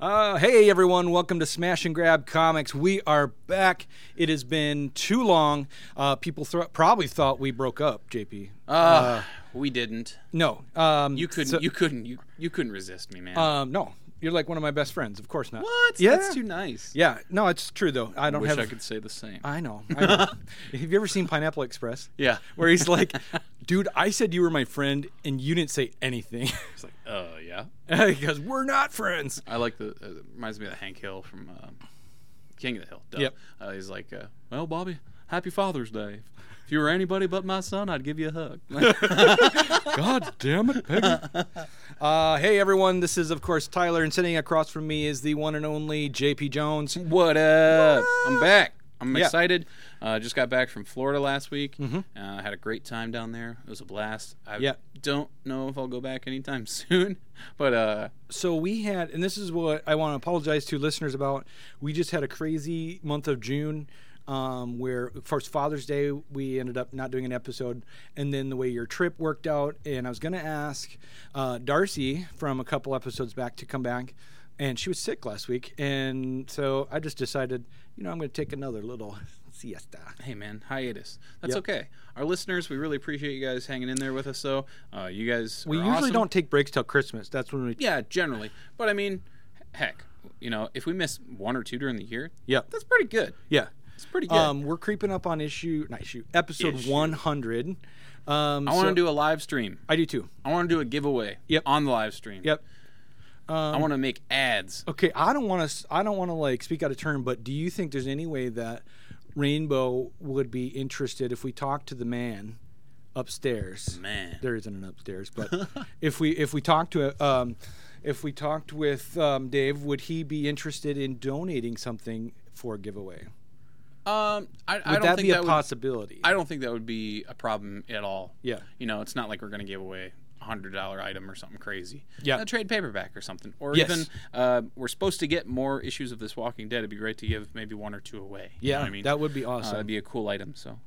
Uh, Hey everyone, welcome to Smash and Grab Comics. We are back. It has been too long. Uh, people thro- probably thought we broke up, JP. Uh, we didn't. No, um, You couldn't. so- you couldn't. You, you couldn't resist me, man. um, no, you're like one of my best friends. Of course not. what? Yeah, That's too nice. yeah. No, it's true though. I don't Wish have. I could say the same. I know. I know. have you ever seen Pineapple Express? yeah. Where he's like, "Dude, I said you were my friend, and you didn't say anything." It's like, uh, yeah. Because we're not friends. I like the. Uh, it reminds me of Hank Hill from uh, King of the Hill. Duh. Yep. Uh, he's like, uh, well, Bobby, happy Father's Day. If you were anybody but my son, I'd give you a hug. God damn it, Peggy. Uh, hey, everyone. This is, of course, Tyler, and sitting across from me is the one and only JP Jones. what up? I'm back. I'm Yeah. excited. Uh, just got back from Florida last week. Uh, had a great time down there. It was a blast. I Yeah. don't know if I'll go back anytime soon, but uh, So, we had, and this is what I want to apologize to listeners about. We just had a crazy month of June. Um, where first Father's Day we ended up not doing an episode, and then the way your trip worked out, and I was gonna ask uh, Darcy from a couple episodes back to come back, and she was sick last week, and so I just decided, you know, I'm gonna take another little siesta. hey man hiatus that's Yep. okay our listeners we really appreciate you guys hanging in there with us though uh, you guys We are usually awesome. don't take breaks till Christmas. That's when we. yeah generally but i mean heck you know if we miss one or two during the year Yeah. that's pretty good Yeah. it's pretty good Um, we're creeping up on issue, not issue, episode Issue. 100. Um, i want to do a live stream I do too. i want to do a giveaway Yep. on the live stream Yep. i want to make ads Okay. I don't want to. I don't want to like speak out of turn, but do you think there's any way that Rainbow would be interested if we talk to the man upstairs? man There isn't an upstairs, but if we if we talk to um, if we talked with um, Dave, would he be interested in donating something for a giveaway? um i, I Would don't that think be a that would possibility? i don't think that would be a problem at all Yeah. you know it's not like we're going to give away a hundred dollar item or something crazy Yeah. a trade paperback or something or Yes. even uh, we're supposed to get more issues of this walking dead it'd be great to give maybe one or two away You know Yeah, what i mean that would be uh, awesome. that'd be a cool item so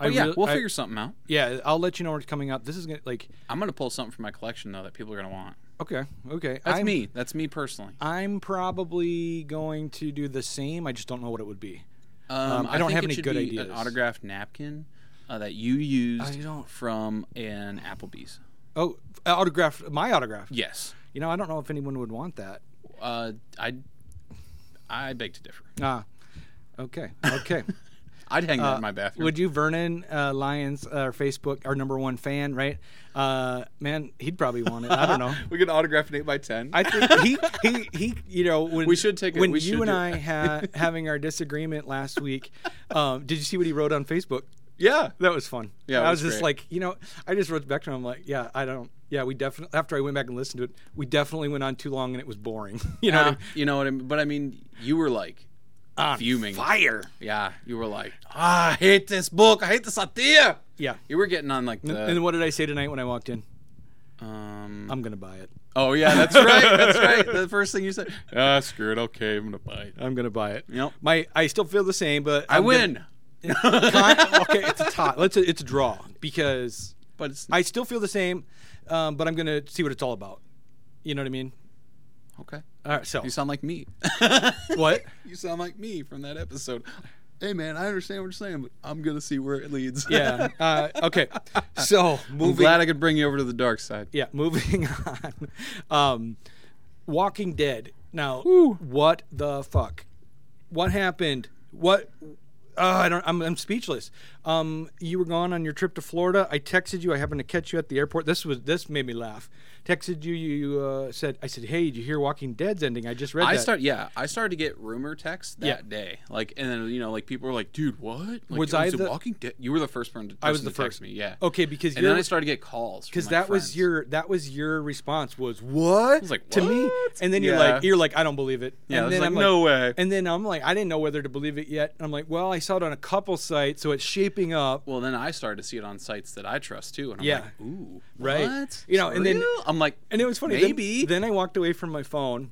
I But yeah real- we'll I- figure something out yeah, I'll let you know when it's coming up. This is gonna like i'm going to pull something from my collection though that people are going to want okay, okay. that's I'm, me that's me personally I'm probably going to do the same. I just don't know what it would be. um, I don't think have it any should good be ideas. an autographed napkin uh, that you used I don't- from an applebee's Oh, autograph, my autograph. yes You know, I don't know if anyone would want that. uh, i i beg to differ Ah, okay, okay. i'd hang that in my bathroom would you, Vernon uh, Lyons, our Facebook, our number one fan, right? Uh, man, he'd probably want it. I don't know. We could autograph an eight by ten. I think he, he, he, you know, when We should take it- when we you should and I do- ha- having our disagreement last week. Um, did you see what he wrote on Facebook? yeah, That was fun. Yeah, it I was was just great. like, you know, I just wrote back to him. I'm like, yeah, I don't. Yeah, we definitely. After I went back and listened to it, we definitely went on too long and it was boring. you know, what I mean? you know what I mean. But I mean, you were like On fuming. fire. Yeah, you were like, ah, I hate this book. I hate this idea. Yeah. You were getting on like the. and what did I say tonight when I walked in? um, I'm gonna buy it. oh yeah, that's right. That's right. The first thing you said. Ah, screw it. Okay, I'm gonna bite. I'm gonna buy it. Yep. My I still feel the same, but I I'm gonna- win. Con- okay, it's a tie. Let's it's a draw because But it's I still feel the same, um, but I'm gonna see what it's all about. You know what I mean? okay. All right. So You sound like me. what? you sound like me from that episode. Hey man, I understand what you're saying, but I'm gonna see where it leads. Yeah. Uh, okay. So I'm moving. glad I could bring you over to the dark side. yeah. Moving on. Um, Walking Dead. Now, what the fuck? What happened? What? Uh, I don't. I'm, I'm speechless. Um, you were gone on your trip to Florida. I texted you. I happened to catch you at the airport. This was this made me laugh. Texted you. You uh, said. I said, "Hey, did you hear Walking Dead's ending? I just read I that." start yeah, I started to get rumor texts that Yeah. day. Like and then you know like people were like, "Dude, what?" Like, Was it I a the- Walking Dead? You were the first person to I was person the to text first. me, yeah. Okay, because And you're- then I started to get calls because because that was your that was your response was what like, to me "What?" and then you're Yeah. like you're like i don't believe it Yeah, and I was then like, "No way." and then i'm like i didn't know whether to believe it yet and i'm like well i saw it on a couple sites so it's shaping up Well, then I started to see it on sites that I trust too, and I'm Yeah. like, "Ooh, Right. What? You know, For and then- real?" I'm like, and it was funny then- Maybe then, i walked away from my phone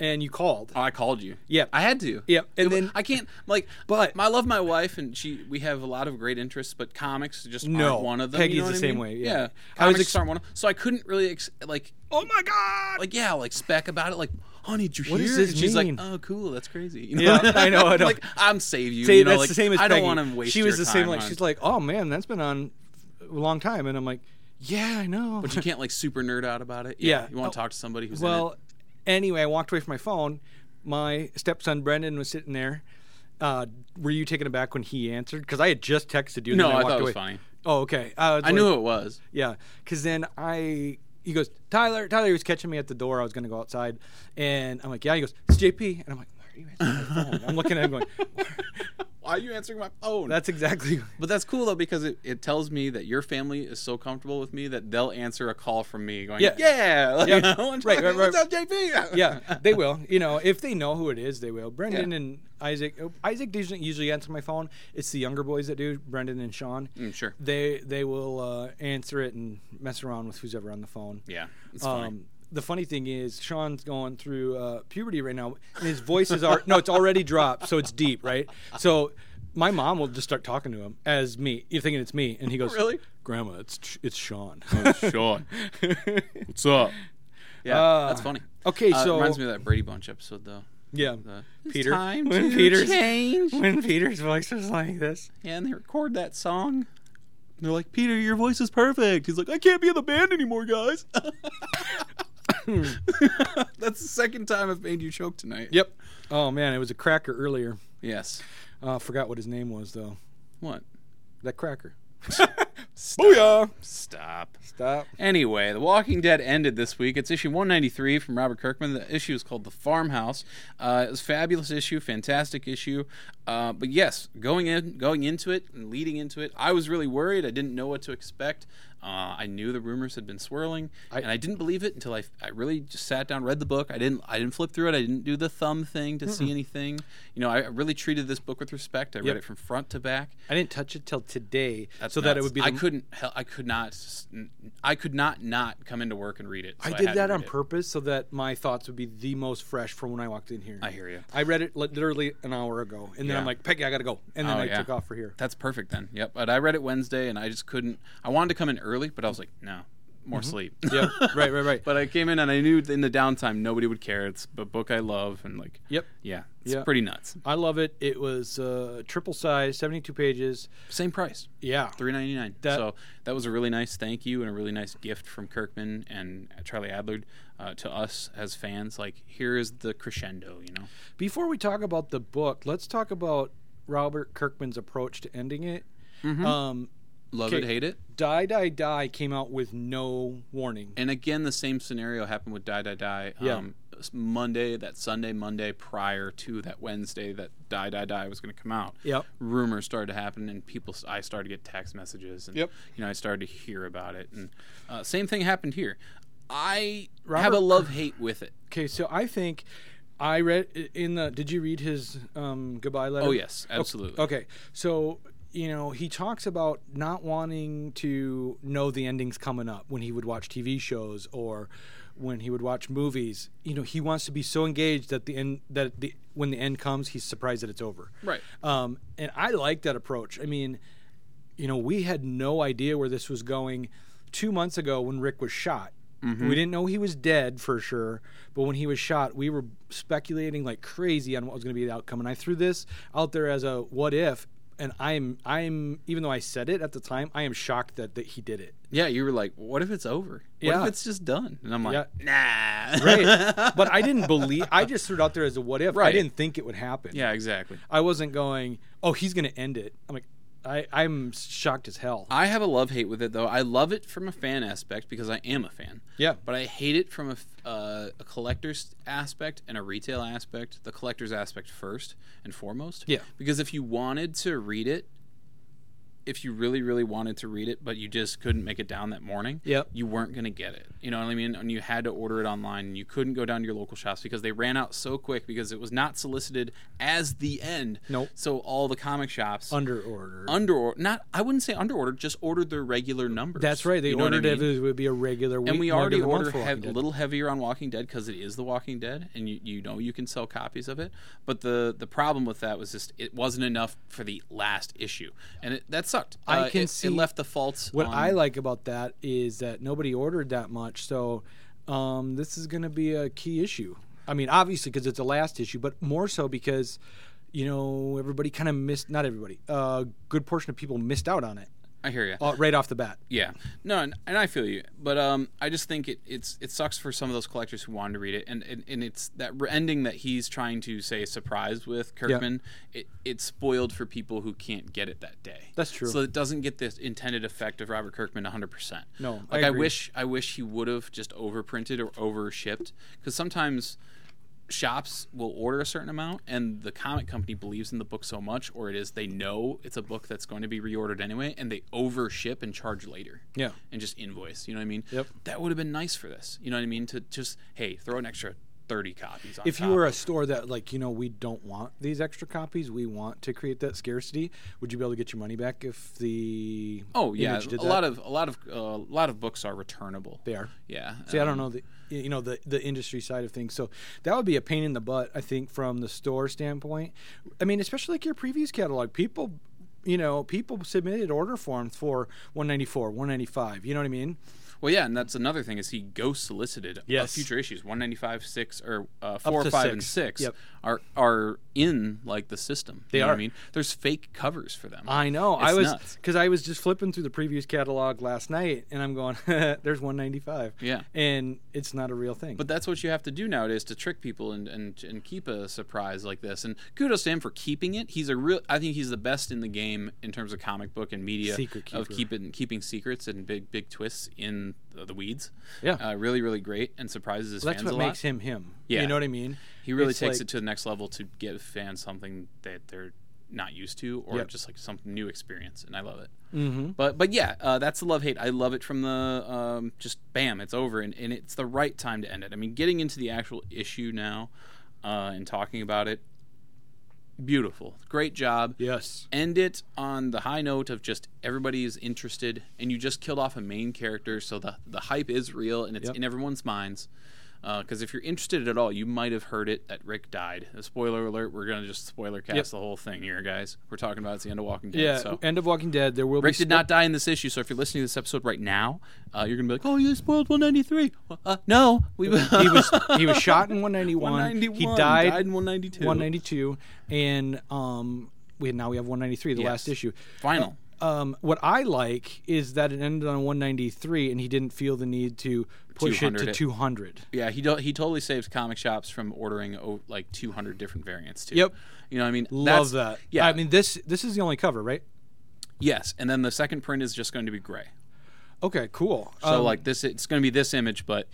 and you called Oh, I called you. Yeah. I had to. Yeah, and It wa- then- I can't like. But- But I love my wife, and she. We have a lot of great interests, but comics just No, aren't one of them. Peggy's you know the what I same mean? way, yeah. I was comics ex- just aren't one. Of, so I couldn't really ex- like oh my god like yeah like spec about it like. "Oh, did you What hear?" does this and she's mean? like, "Oh, cool, that's crazy." You Yeah, I know, I know. like I'm save you. See, you know, that's like, the same as I don't Peggy. want to waste. She was your the same. time Like on- she's like, oh man, that's been on a long time, and I'm like, yeah, I know. but you can't like super nerd out about it. Yeah. you want Oh. to talk to somebody who's in it. Well, anyway, I walked away from my phone. My stepson Brendan was sitting there. Uh, were you taken aback when he answered? Because I had just texted you. And No, then I, I walked thought it away. was funny. Oh, okay. I, was I like- knew it was. Yeah, because then I he goes Tyler. Tyler was catching me at the door. I was going to go outside, and I'm like, yeah. He goes, it's JP, and I'm like, why are you answering my phone? I'm looking at him going, Why are you answering my phone? that's exactly. but that's cool though because it, it tells me that your family is so comfortable with me that they'll answer a call from me going, Yeah. "Yeah, like, Yeah. what's Right, right, up- right. What's up, JP? yeah, they will. You know, if they know who it is, they will. Brendan and Isaac. oh, Isaac doesn't usually answer my phone. It's the younger boys that do. Brendan and Sean. Mm, sure. They they will uh, answer it and mess around with who's ever on the phone. Yeah, it's funny. Um, the funny thing is Sean's going through uh, puberty right now, and his voice is already no, it's already dropped, so it's deep, right? So my mom will just start talking to him as me, you're thinking it's me, and he goes, Really? Oh, Grandma, it's it's Sean." Sean, what's up? Yeah, Uh, that's funny. okay, Uh, so- it reminds me of that Brady Bunch episode though. yeah, The, Peter. It's time When to Peter's- change. when Peter's voice was like this. Yeah, and they record that song. And they're like, Peter, your voice is perfect. He's like, I can't be in the band anymore, guys. That's the second time I've made you choke tonight. Yep. Oh man, it was a cracker earlier. Yes. Uh, forgot what his name was though. What? That cracker. Stop. Booyah! Stop. Stop. Anyway, The Walking Dead ended this week. It's issue 193 from Robert Kirkman. The issue is called The Farmhouse. Uh, it was a fabulous issue, fantastic issue. Uh, but yes, going in, going into it, and leading into it, I was really worried. I didn't know what to expect. Uh, I knew the rumors had been swirling, I- and I didn't believe it until I, I really just sat down, read the book. I didn't I didn't flip through it. I didn't do the thumb thing to see anything. You know, I really treated this book with respect. I Yep. read it from front to back. I didn't touch it till today, That's so that it nuts. would be. The, I couldn't. hel- I could not. s- n- I could not not come into work and read it. so I did had to that read on it. purpose so that my thoughts would be the most fresh from when I walked in here. I hear you. I read it li- literally an hour ago, and then I'm Yeah. like, Peggy, I gotta go, and then Oh, I yeah. took off for here. That's perfect then. Yep. But I read it Wednesday, and I just couldn't. I wanted to come in early, but I was like, no, more sleep. yep. Mm-hmm. Right. Right. Right. But I came in and I knew in the downtime nobody would care. It's a book I love, and like, Yep. yeah, it's Yeah. pretty nuts. I love it. It was uh, triple size, 72 pages. Same price, Yeah. three ninety nine. That- So that was a really nice thank you and a really nice gift from Kirkman and Charlie Adler uh, to us as fans. Like, here is the crescendo, you know. Before we talk about the book, let's talk about Robert Kirkman's approach to ending it. Mm-hmm. Um, Love it, Okay. hate it. Die Die Die came out with no warning. And again, the same scenario happened with Die Die Die. Yeah. Um, s- Monday, that Sunday, Monday prior to that Wednesday that Die Die Die was going to come out. Yep. Rumors started to happen, and people, s- I started to get text messages, and Yep. you know, I started to hear about it, and uh, same thing happened here. I have Robert- a love hate with it. Okay, so I think I read in the. Did you read his um, goodbye letter? Oh yes, absolutely. Okay, so you know he talks about not wanting to know the endings coming up when he would watch TV shows or when he would watch movies. You know he wants to be so engaged that the end that the when the end comes he's surprised that it's over. Right. Um, and I like that approach. I mean, you know, we had no idea where this was going two months ago when Rick was shot. Mm-hmm. We didn't know he was dead for sure, but when he was shot, we were speculating like crazy on what was going to be the outcome. And I threw this out there as a what if, and I'm I'm even though I said it at the time, I am shocked that, that he did it. Yeah, you were like, "What if it's over? What Yeah. if it's just done?" And I'm like, "Nah." Right. but I didn't believe. I just threw it out there as a what if. I Right. didn't think it would happen. yeah, exactly. I wasn't going. Oh, he's going to end it. I'm like, I I'm shocked as hell. I have a love hate with it though. I love it from a fan aspect because I am a fan. Yeah. But I hate it from a, f- uh, a collector's aspect and a retail aspect. The collector's aspect first and foremost. Yeah. Because if you wanted to read it, if you really really wanted to read it, but you just couldn't make it down that morning, Yep. you weren't gonna get it. You know what I mean? And you had to order it online, and you couldn't go down to your local shops because they ran out so quick because it was not solicited as the end. Nope. So all the comic shops Under order. under or not I wouldn't say under ordered, just ordered their regular numbers. That's right. They You know what I ordered it. mean? It would be a regular week. And we no, already give them a month for order hev- Walking a Dead. little heavier on Walking Dead because it is The Walking Dead, and you, you know you can sell copies of it. But the the problem with that was just it wasn't enough for the last issue, and it, that sucked. I Uh, can it, see- it left the faults. What on- I like about that is that nobody ordered that much, so um, this is going to be a key issue. I mean, obviously because it's the last issue, but more so because you know everybody kind of missed. Not everybody. A good portion of people missed out on it I hear you. uh, right off the bat. Yeah, no, and, and I feel you, but um, I just think it it's it sucks for some of those collectors who wanted to read it, and and, and it's that re- ending that he's trying to say surprise with Kirkman. It it's spoiled for people who can't get it that day. That's true. So it doesn't get this intended effect of Robert Kirkman 100. percent No, I like I, agree. wish I wish he would have just overprinted or overshipped because sometimes shops will order a certain amount and the comic company believes in the book so much or it is they know it's a book that's going to be reordered anyway and they overship and charge later Yeah. and just invoice you know what i mean Yep. that would have been nice for this you know what i mean to just hey throw an extra 30 copies on If you top. were a store that like you know we don't want these extra copies, we want to create that scarcity. Would you be able to get your money back if the oh yeah Image a did that? lot of a lot of uh, a lot of books are returnable they are? yeah See, I don't know the you know the the industry side of things, so that would be a pain in the butt. I think from the store standpoint, I mean, especially like your previews catalog, people, you know, people submitted order forms for 194, 195. You know what I mean? Well, yeah, and that's another thing is he ghost solicited uh, Yes. future issues one ninety five six or uh, four, to five, and six. six Yep. are are in like the system. They are. I mean, there's fake covers for them. I know. I It's was nuts. because I was just flipping through the previews catalog last night, and I'm going, "There's 195." Yeah. and it's not a real thing. but that's what you have to do nowadays to trick people and, and, and keep a surprise like this. And kudos to him for keeping it. He's a real. I think he's the best in the game in terms of comic book and media Secret of keeper. keeping keeping secrets and big big twists in the, the weeds. Yeah. uh, really really great and surprises his that's fans what a lot. makes him him. Yeah. you know what I mean. He really It's takes like- it to the next level to give fans something that they're not used to, or Yep. just like some new experience, and I love it. Mm-hmm. But but yeah, uh, that's the love hate. I love it from the um, just bam, it's over, and, and it's the right time to end it. I mean, getting into the actual issue now uh, and talking about it, beautiful, great job. Yes. End it on the high note of just everybody is interested, and you just killed off a main character, so the the hype is real and it's Yep. in everyone's minds. Because if you're interested at all, you might have heard it that Rick died. A spoiler alert: We're gonna just spoiler cast Yep. the whole thing here, guys. We're talking about it's the end of Walking Dead. Yeah. So End of Walking Dead. There will Rick be did spo- not die in this issue. So if you're listening to this episode right now, uh, you're gonna be like, "Oh, you spoiled 193." Well, uh, no, we he was he was shot in 191. 191. He died, in 192. 192, and um, we now we have 193, the last issue. Final. Um, what I like is that it ended on 193, and he didn't feel the need to push it 200 to it. 200. Yeah, he do- he totally saves comic shops from ordering o- like 200 different variants too. Yep. You know what I mean? Love That's- that. Yeah. I mean this this is the only cover, right? yes, and then the second print is just going to be gray. Okay, cool. Um, So like this, it's going to be this image, but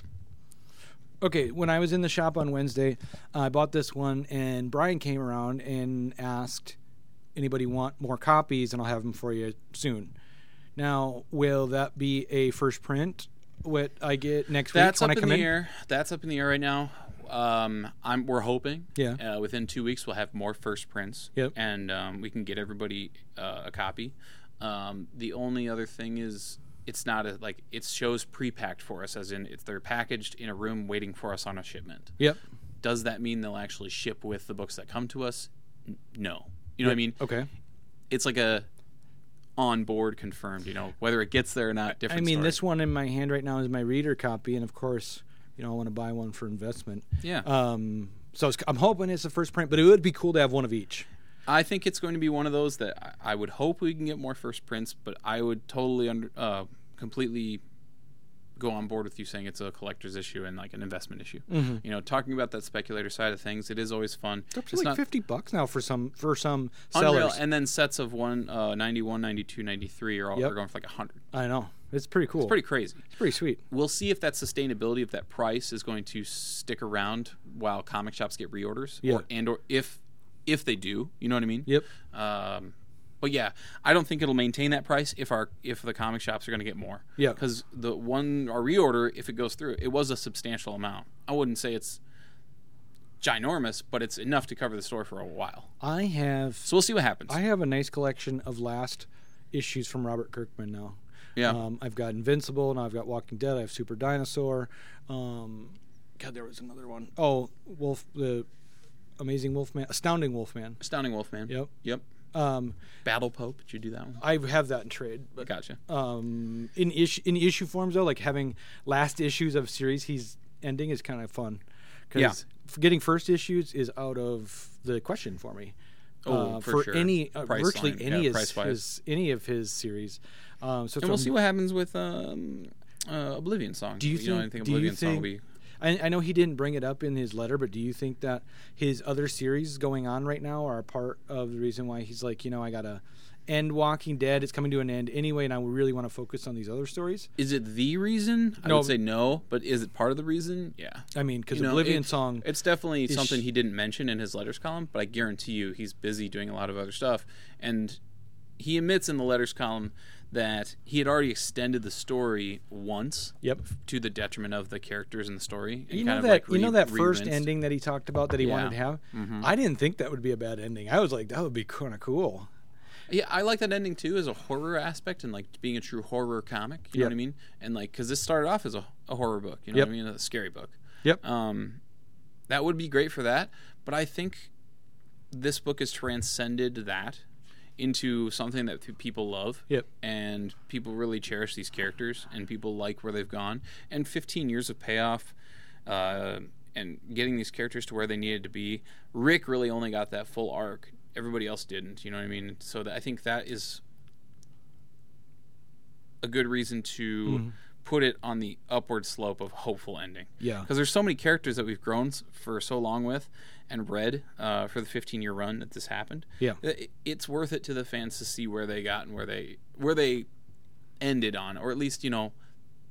okay, when I was in the shop on Wednesday, I bought this one, and Brian came around and asked, "Anybody want more copies?" And I'll have them for you soon. Now, will that be a first print? What I get next that's week when up I come in the in? air. That's up in the air right now. Um, I'm we're hoping. Yeah. Uh, within two weeks, we'll have more first prints. Yep. And um, we can get everybody uh, a copy. Um, the only other thing is. It's not a, like it shows pre-packed for us, as in it's they're packaged in a room waiting for us on a shipment. Yep. does that mean they'll actually ship with the books that come to us? N- No. You know what I mean? Okay. It's like a on board confirmed, you know, whether it gets there or not, I different mean, story. this one in my hand right now is my reader copy, and of course, you know, I want to buy one for investment. Yeah. Um, so it's, I'm hoping it's the first print, but it would be cool to have one of each. I think it's going to be one of those that I I would hope we can get more first prints, but I would totally under, uh, completely go on board with you saying it's a collector's issue and like an investment issue. You know, talking about that speculator side of things, it is always fun. Mm-hmm. It's like 50 bucks now for some for some unreal. sellers. And then sets of one, uh, 91, 92, 93 are all Yep. are going for like 100. I know. It's pretty cool. Pretty crazy. it's pretty sweet. we'll see if that sustainability of that price is going to stick around while comic shops get reorders Yeah. or and or if if they do you know what i mean Yep. um but yeah i don't think it'll maintain that price if our if the comic shops are going to get more Yeah. because the one our reorder if it goes through it was a substantial amount i wouldn't say it's ginormous but it's enough to cover the store for a while I have so we'll see what happens I have a nice collection of last issues from Robert Kirkman now. Yeah. Um, I've got Invincible, and I've got Walking Dead. I have Super Dinosaur. Um, God, there was another one. Oh, Wolf, the Amazing Wolfman, Astounding Wolfman. astounding wolfman Yep. yep Um, battle pope did you do that one I have that in trade, but gotcha Mm. um, in issue in issue forms though, like having last issues of series he's ending is kind of fun. 'Cause Yeah. getting first issues is out of the question for me. Oh, uh, for for sure. any uh, Price virtually line, any yeah, of price-wise. his any of his series. Um, so and we'll from- see what happens with um, uh, Oblivion Song. Do you think- know anything do you Oblivion Song will be? think- I, I know he didn't bring it up in his letter, but do you think that his other series going on right now are part of the reason why he's like, you know, I gotta end Walking Dead. It's coming to an end anyway, and I really want to focus on these other stories. Is it the reason? I No. would say no, but is it part of the reason? Yeah. I mean, because You know, Oblivion it- Song, It's definitely Is something sh- he didn't mention in his letters column, but I guarantee you he's busy doing a lot of other stuff. And he admits in the letters column that he had already extended the story once. Yep. To the detriment of the characters in the story. and you know kind that of like you know re- that first re-rinsed. ending that he talked about that he wanted to Yeah. Mm-hmm. have. I didn't think that would be a bad ending. I was like, that would be kind of cool. Yeah, I like that ending too as a horror aspect and like being a true horror comic. You know Yep. what I mean? And like, because this started off as a, a horror book. You know Yep. what I mean? A scary book. Yep. Um, that would be great for that. But I think this book has transcended that into something that th- people love. Yep. And people really cherish these characters and people like where they've gone. And 15 years of payoff. Uh, and getting these characters to where they needed to be. Rick really only got that full arc. Everybody else didn't. You know what I mean? So that, I think that is a good reason to Mm-hmm. put it on the upward slope of hopeful ending. Yeah. Because there's so many characters that we've grown s- for so long with and read uh, for the 15 year run that this happened. Yeah. I- It's worth it to the fans to see where they got and where they where they ended on, or at least you know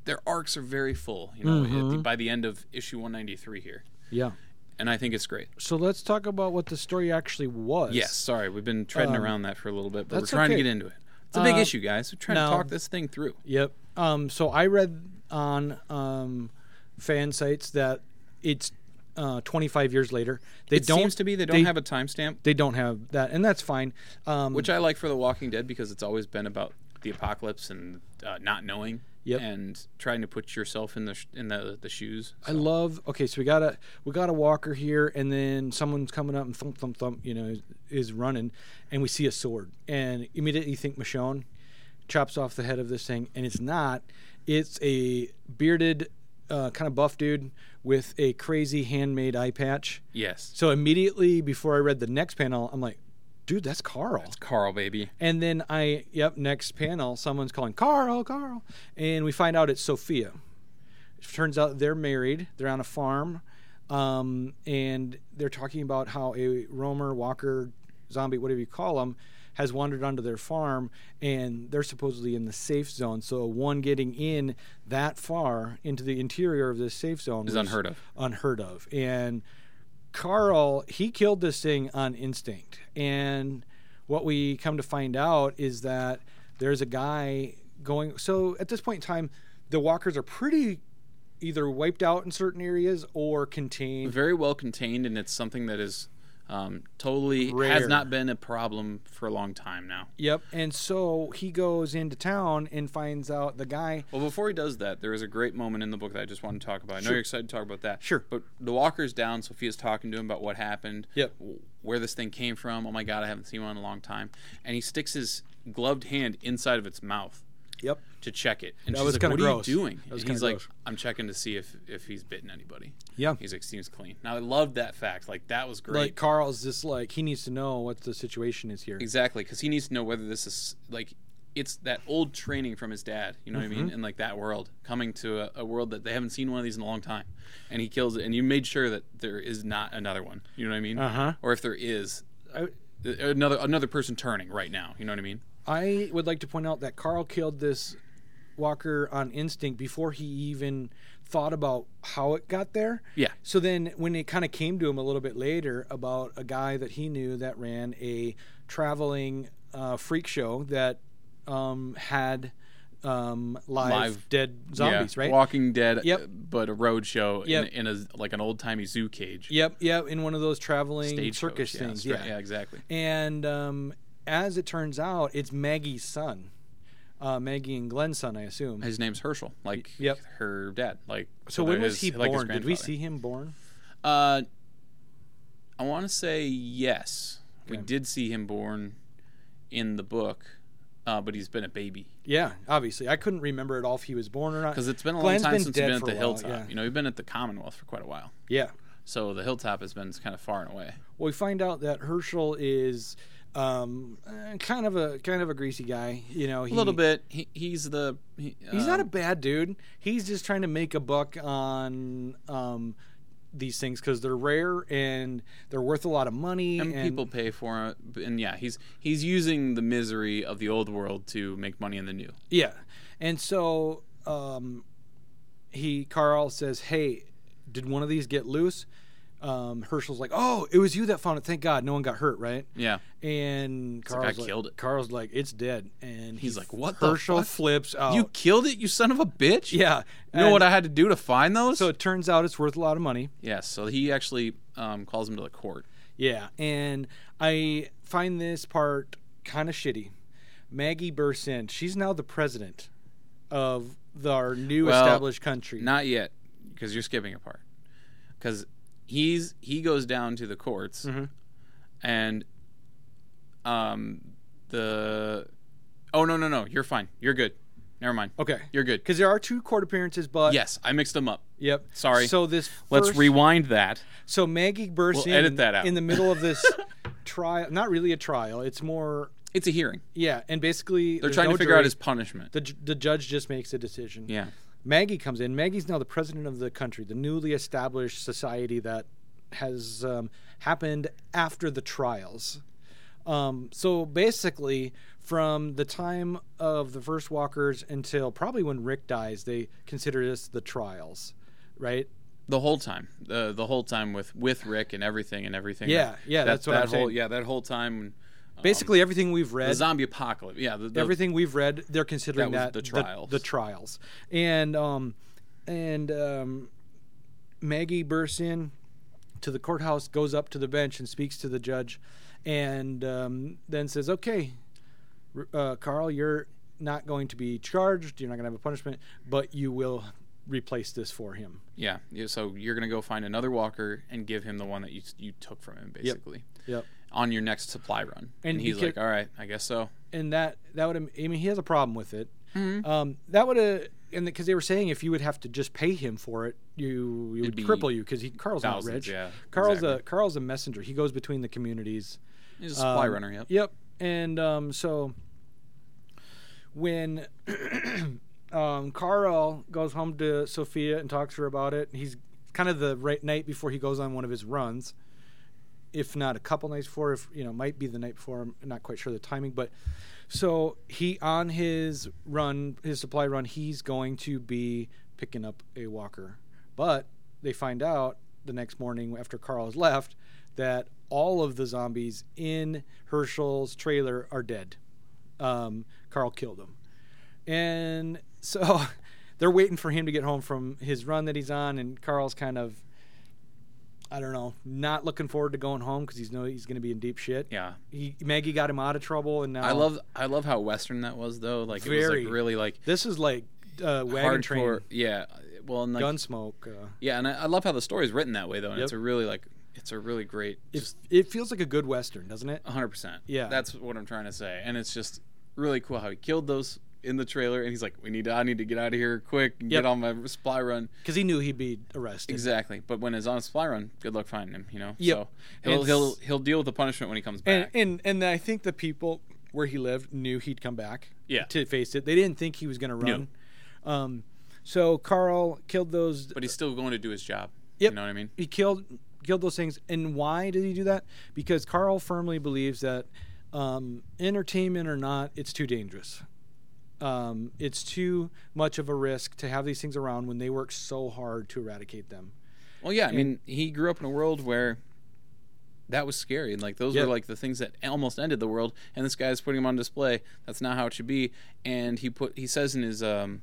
their arcs are very full. You know, at Mm-hmm. the- by the end of issue 193 here, Yeah. and I think it's great. So let's talk about what the story actually was. Yes, sorry, we've been treading around that for a little bit, but we're Um, that's trying okay. to get into it. It's a big Uh, issue, guys. We're trying no. to talk this thing through. Yep. Um, so I read on um, fan sites that it's uh, 25 years later. They It don't seems to be they don't have a timestamp, they don't have that, and that's fine. Um, which I like for The Walking Dead because it's always been about the apocalypse and uh, not knowing Yep. and trying to put yourself in the sh- in the the shoes. I love. Okay, so we got a we got a walker here, and then someone's coming up and thump thump thump. You know, is, is running, and we see a sword, and immediately you think Michonne chops off the head of this thing, and it's not. It's a bearded, uh, kind of buff dude with a crazy handmade eye patch. Yes, So immediately before I read the next panel, I'm like, dude, that's Carl. Carl, baby. And then I, yep, next panel, someone's calling Carl, Carl. And we find out it's Sophia. It turns out they're married, they're on a farm, um, and they're talking about how a roamer, walker, zombie, whatever you call them, has wandered onto their farm, and they're supposedly in the safe zone. So one getting in that far into the interior of this safe zone Is was unheard of. Unheard of. And Carl, he killed this thing on instinct. And what we come to find out is that there's a guy going. So at this point in time, the walkers are pretty either wiped out in certain areas or contained. very well contained, and it's something that is um, totally Rare. has not been a problem for a long time now. Yep. And so he goes into town and finds out the guy. Well, before he does that, there is a great moment in the book that I just want to talk about. I know you're excited to talk about that. Sure. But the walker's down. Sophia's talking to him about what happened. Yep. w- Where this thing came from. Oh my God, I haven't seen one in a long time. And he sticks his gloved hand inside of its mouth Yep. to check it. And That she's was like, kinda "What gross. are you doing?" That was And he's kinda like, gross. "I'm checking to see if if he's bitten anybody." Yeah. He's like, "Seems clean." Now I love that fact. Like that was great. Like Carl's just like he needs to know what the situation is here. Exactly, because he needs to know whether this is like it's that old training from his dad. You know what I Mm-hmm. mean? And like that world coming to a, a world that they haven't seen one of these in a long time, and he kills it. And you made sure that there is not another one. You know what I mean? Uh-huh. Or if there is I, uh, another another person turning right now. You know what I mean? I would like to point out that Carl killed this walker on instinct before he even thought about how it got there. Yeah. So then when it kind of came to him a little bit later about a guy that he knew that ran a traveling uh, freak show that um, had um, live, Live- dead zombies, Yeah. right? Walking Dead. Yep. uh, But a road show Yep. in, in a like an old timey zoo cage. Yep, yep, in one of those traveling Stage circus coach, things. stra- yeah, exactly. And um, as it turns out, it's Maggie's son. Uh, Maggie and Glenn's son, I assume. His name's Herschel, like Yep. her dad. Like So when was his- he like his born? Did we grandfather. see him born? Uh, I want to say yes. We Okay. did see him born in the book, uh, but he's been a baby Yeah, obviously. I couldn't remember at all if he was born or not. because it's been a Glenn's long time been since he's dead been at for the a while, hilltop. yeah. You know, he's been at the Commonwealth for quite a while. Yeah. So the hilltop has been kind of far and away. Well, we find out that Herschel is um, eh, kind of a kind of a greasy guy. You know, he, A little bit. He, he's the. He, He's not uh, a bad dude. He's just trying to make a buck on um, these things because they're rare and they're worth a lot of money. and people pay for it, and yeah, he's he's using the misery of the old world to make money in the new. Yeah, and so um, he Carl says, "Hey, did one of these get loose?" Um, Herschel's like, "Oh, it was you that found it. Thank God, no one got hurt, right?" Yeah, And like, Carl's "I killed it." Carl's like, "It's dead," and He's like, "What the Herschel fuck? flips out. you killed it, you son of a bitch. Oh. yeah, you know what I had to do to find those. so it turns out it's worth a lot of money. yeah, so he actually um, calls him to the court. Yeah, and I find this part kind of shitty. Maggie bursts in. She's now the president of the, our new Well, established country. Not yet, because you're skipping a part. Because he's he goes down to the courts, Mhm. and um the oh no no no you're fine you're good never mind okay, you're good because there are two court appearances, but yes I mixed them up yep. Sorry. So this let's first- rewind that So Maggie bursts We'll in edit that out. in the middle of this trial. Not really a trial. It's more it's a hearing yeah, and basically they're trying to figure out his punishment the ju- the judge just makes a decision. yeah Maggie comes in. Maggie's now the president of the country, the newly established society that has um, happened after the trials. Um, so basically, from the time of the first walkers until probably when Rick dies, they consider this the trials, right? the whole time the the whole time with with Rick and everything and everything Yeah, That- yeah, that, that's what that I'm whole saying. yeah that whole time um, Basically, everything we've read the zombie apocalypse yeah the, the, everything we've read, they're considering That that, was the the- trials. the, trials, and um, and um, Maggie bursts in to the courthouse, goes up to the bench, and speaks to the judge, and um, then says, "Okay, R- uh, Carl, you're not going to be charged. You're not going to have a punishment, but you will replace this for him." yeah yeah, so you're gonna go find another Walker and give him the one that you you took from him basically Yep. on your next supply run and, And he he's ca- like all right I guess so and that that would I mean he has a problem with it. Mm-hmm. Um, that would have and because they were saying if you would have to just pay him for it, you, you would be cripple you because he Carl's thousands, not rich. yeah, Carl's a exactly. Carl's a messenger. He goes between the communities. he's a supply Um, runner yep Yep. And um, so when um, Carl goes home to Sophia and talks to her about it, he's kind of the right night before he goes on one of his runs, if not a couple nights before, if you know, might be the night before. I'm not quite sure the timing, but so he on his run, his supply run, he's going to be picking up a walker, but they find out the next morning after Carl has left that all of the zombies in Herschel's trailer are dead. Um, Carl killed them, and so they're waiting for him to get home from his run that he's on, and Carl's kind of. I don't know. Not looking forward to going home because he's know he's going to be in deep shit. yeah He, Maggie got him out of trouble, and now I love I love how western that was though like it was Um, Very. like really like This is like uh, wagon train, hardcore yeah well and like gunsmoke. Uh, yeah and I, I love how the story's written that way though and Yep. it's a really like it's a really great it, it feels like a good western, doesn't it? 100%. Yeah. That's what I'm trying to say. And it's just really cool how he killed those in the trailer and he's like we need to, I need to get out of here quick and Yep. get on my supply run. Because he knew he'd be arrested. Exactly. But when he's on a supply run, good luck finding him, you know. Yep. So he'll And he'll s- he'll deal with the punishment when he comes And back. and and I think the people where he lived knew he'd come back. Yeah. To face it, they didn't think he was going to run. Um, so Carl killed those. but he's still going to do his job. Yep. You know what I mean? he killed killed those things. And why did he do that? Because Carl firmly believes that um, entertainment or not, it's too dangerous. Um, it's too much of a risk to have these things around when they work so hard to eradicate them. Well, yeah, I mean, he grew up in a world where that was scary, and like those Yeah. were like the things that almost ended the world. And this guy's putting him on display. That's not how it should be. And he put he says in his um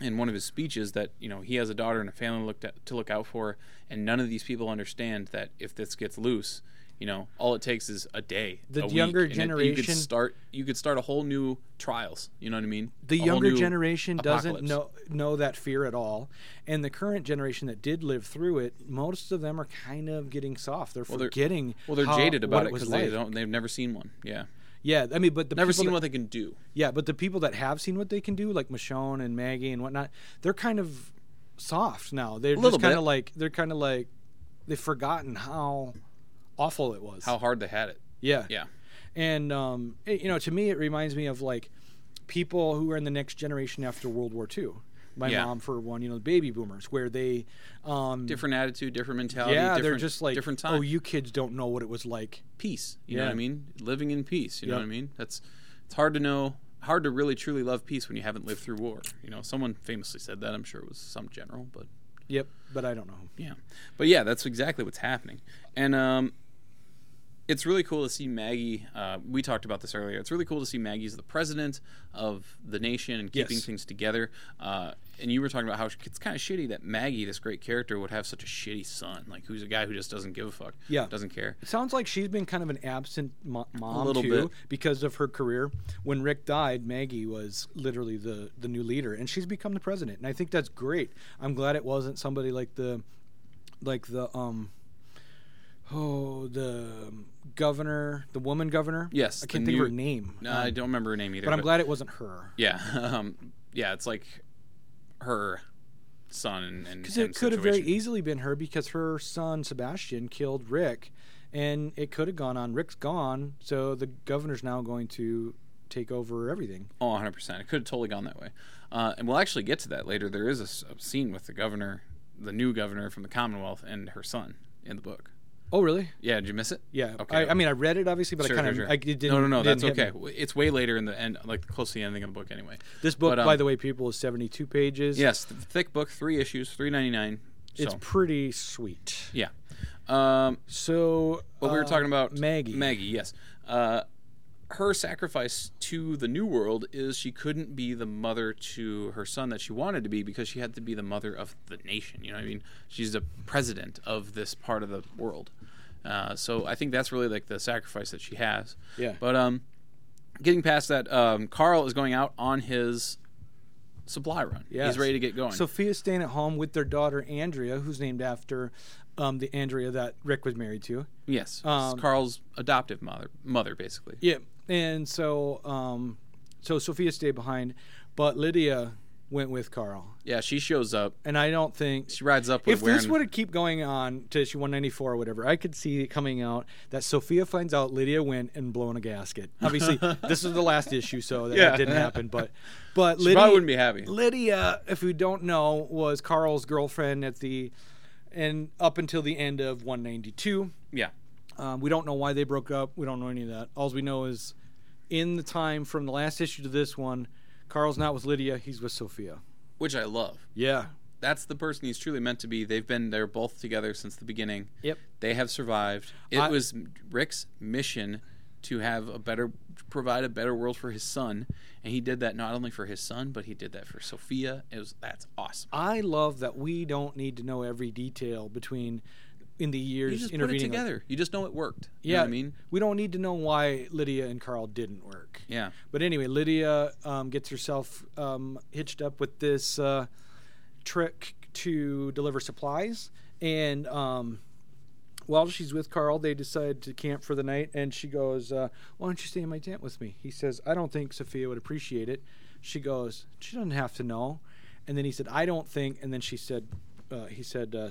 in one of his speeches that you know he has a daughter and a family looked at, to look out for, and none of these people understand that if this gets loose, you know, all it takes is a day. The a week, younger and it- you generation- could start you could start a whole new trials. You know what I mean? the A whole younger new- generation doesn't apocalypse. know know that fear at all and the current generation that did live through it most of them are kind of getting soft they're they're- forgetting Well, they're how- jaded what about it was because like. they don't they've never seen one. Yeah, yeah i mean but the never people seen that- what they can do. yeah but the people that have seen what they can do like michonne and maggie and whatnot they're kind of soft now they're little just kind bit. of like they're kind of like they've forgotten how awful it was. How hard they had it. yeah. Yeah. And um, it- you know, to me, it reminds me of like people who are in the next generation after World War II. My Yeah. mom, for one, you know, the baby boomers, where they, um, Different attitude, different mentality. yeah, different, they're just like, different time. oh, you kids don't know what it was like. peace. You know Yeah. what I mean? Living in peace. You know Yep. what I mean? That's it's hard to know, hard to really truly love peace when you haven't lived through war. You know, someone famously said that. I'm sure it was some general, but Yep, but I don't know. yeah, but yeah, that's exactly what's happening, and um, it's really cool to see Maggie. Uh, we talked about this earlier. It's really cool to see Maggie's the president of the nation and keeping Yes. things together. Uh, and you were talking about how it's kind of shitty that Maggie, this great character, would have such a shitty son, like who's a guy who just doesn't give a fuck, Yeah. doesn't care. It sounds like she's been kind of an absent mo- mom little too, bit. because of her career. When Rick died, Maggie was literally the the new leader, and she's become the president. And I think that's great. I'm glad it wasn't somebody like the, like the um, oh the um, governor, the woman governor. Yes, I can't the think of her new- name. No, Um, I don't remember her name either. but I'm glad it wasn't her. Yeah, um, yeah, it's like her son and, and Because him it could have very situation. easily been her because her son Sebastian killed Rick, and it could have gone on. Rick's gone, so the governor's now going to take over everything. Oh, 100 percent. It could have totally gone that way, uh, and we'll actually get to that later. There is a s- a, scene with the governor, the new governor from the Commonwealth, and her son in the book. Oh, really? Yeah, did you miss it? Yeah. Okay. I, I mean, I read it obviously, but Sure, I kind sure, of sure. I it didn't. no, no, no. didn't That's hit me. okay. It's way later in the end, like close to the ending of the book, anyway. This book, But, um, by the way, people is seventy-two pages. Yes, the thick book, three issues, 3.99. So it's pretty sweet. yeah. Um, So, But we were uh, talking about Maggie. Maggie, yes. Uh, her sacrifice to the new world is she couldn't be the mother to her son that she wanted to be because she had to be the mother of the nation. You know what I mean? She's the president of this part of the world. Uh, so I think that's really like the sacrifice that she has. Yeah. But um, getting past that, um, Carl is going out on his supply run. Yeah, He's Yes. ready to get going. Sophia's staying at home with their daughter Andrea, who's named after um, the Andrea that Rick was married to. yes, um, Carl's adoptive mother, mother basically. Yeah, and so um, so Sophia stayed behind, but Lydia went with Carl, Yeah, she shows up. and I don't think She rides up with if wearing this would keep going on to issue 194 or whatever, I could see it coming out that Sophia finds out Lydia went and blown a gasket. Obviously, this is the last issue, so that Yeah. didn't happen. But but She Lydia probably wouldn't be happy. Lydia, if you don't know, was Carl's girlfriend at the and up until the end of 192. Yeah. Um, we don't know why they broke up. We don't know any of that. All we know is in the time from the last issue to this one, Carl's not with Lydia. He's with Sophia. Which I love. Yeah. That's the person he's truly meant to be. They've been they're both together since the beginning. Yep. They have survived. It I- was Rick's mission to have a better provide a better world for his son, and he did that not only for his son, but he did that for Sophia. It was that's awesome. I love that we don't need to know every detail between in the years You just put it intervening. together. You just know it worked. You Yeah. know what I mean? We don't need to know why Lydia and Carl didn't work. Yeah. But anyway, Lydia um, gets herself um, hitched up with this uh, trick to deliver supplies. And um, while she's with Carl, they decide to camp for the night. And she goes, uh, Why don't you stay in my tent with me? He says, I don't think Sophia would appreciate it. She goes, She doesn't have to know. And then he said, I don't think. And then she said, uh, He said uh,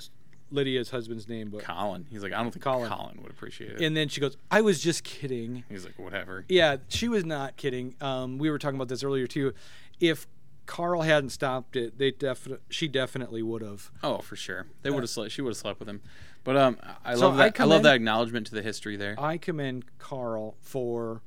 Lydia's husband's name. But, Colin. He's like, I don't think Colin, Colin. would appreciate it. and then she goes, I was just kidding. he's like, whatever. Yeah, she was not kidding. Um, we were talking about this earlier too. If Carl hadn't stopped it, they definitely she definitely would have. Oh, for sure. They would have slept. She would have slept with him. But um, I So love I that. I, come love in- that acknowledgement to the history there. I commend Carl for,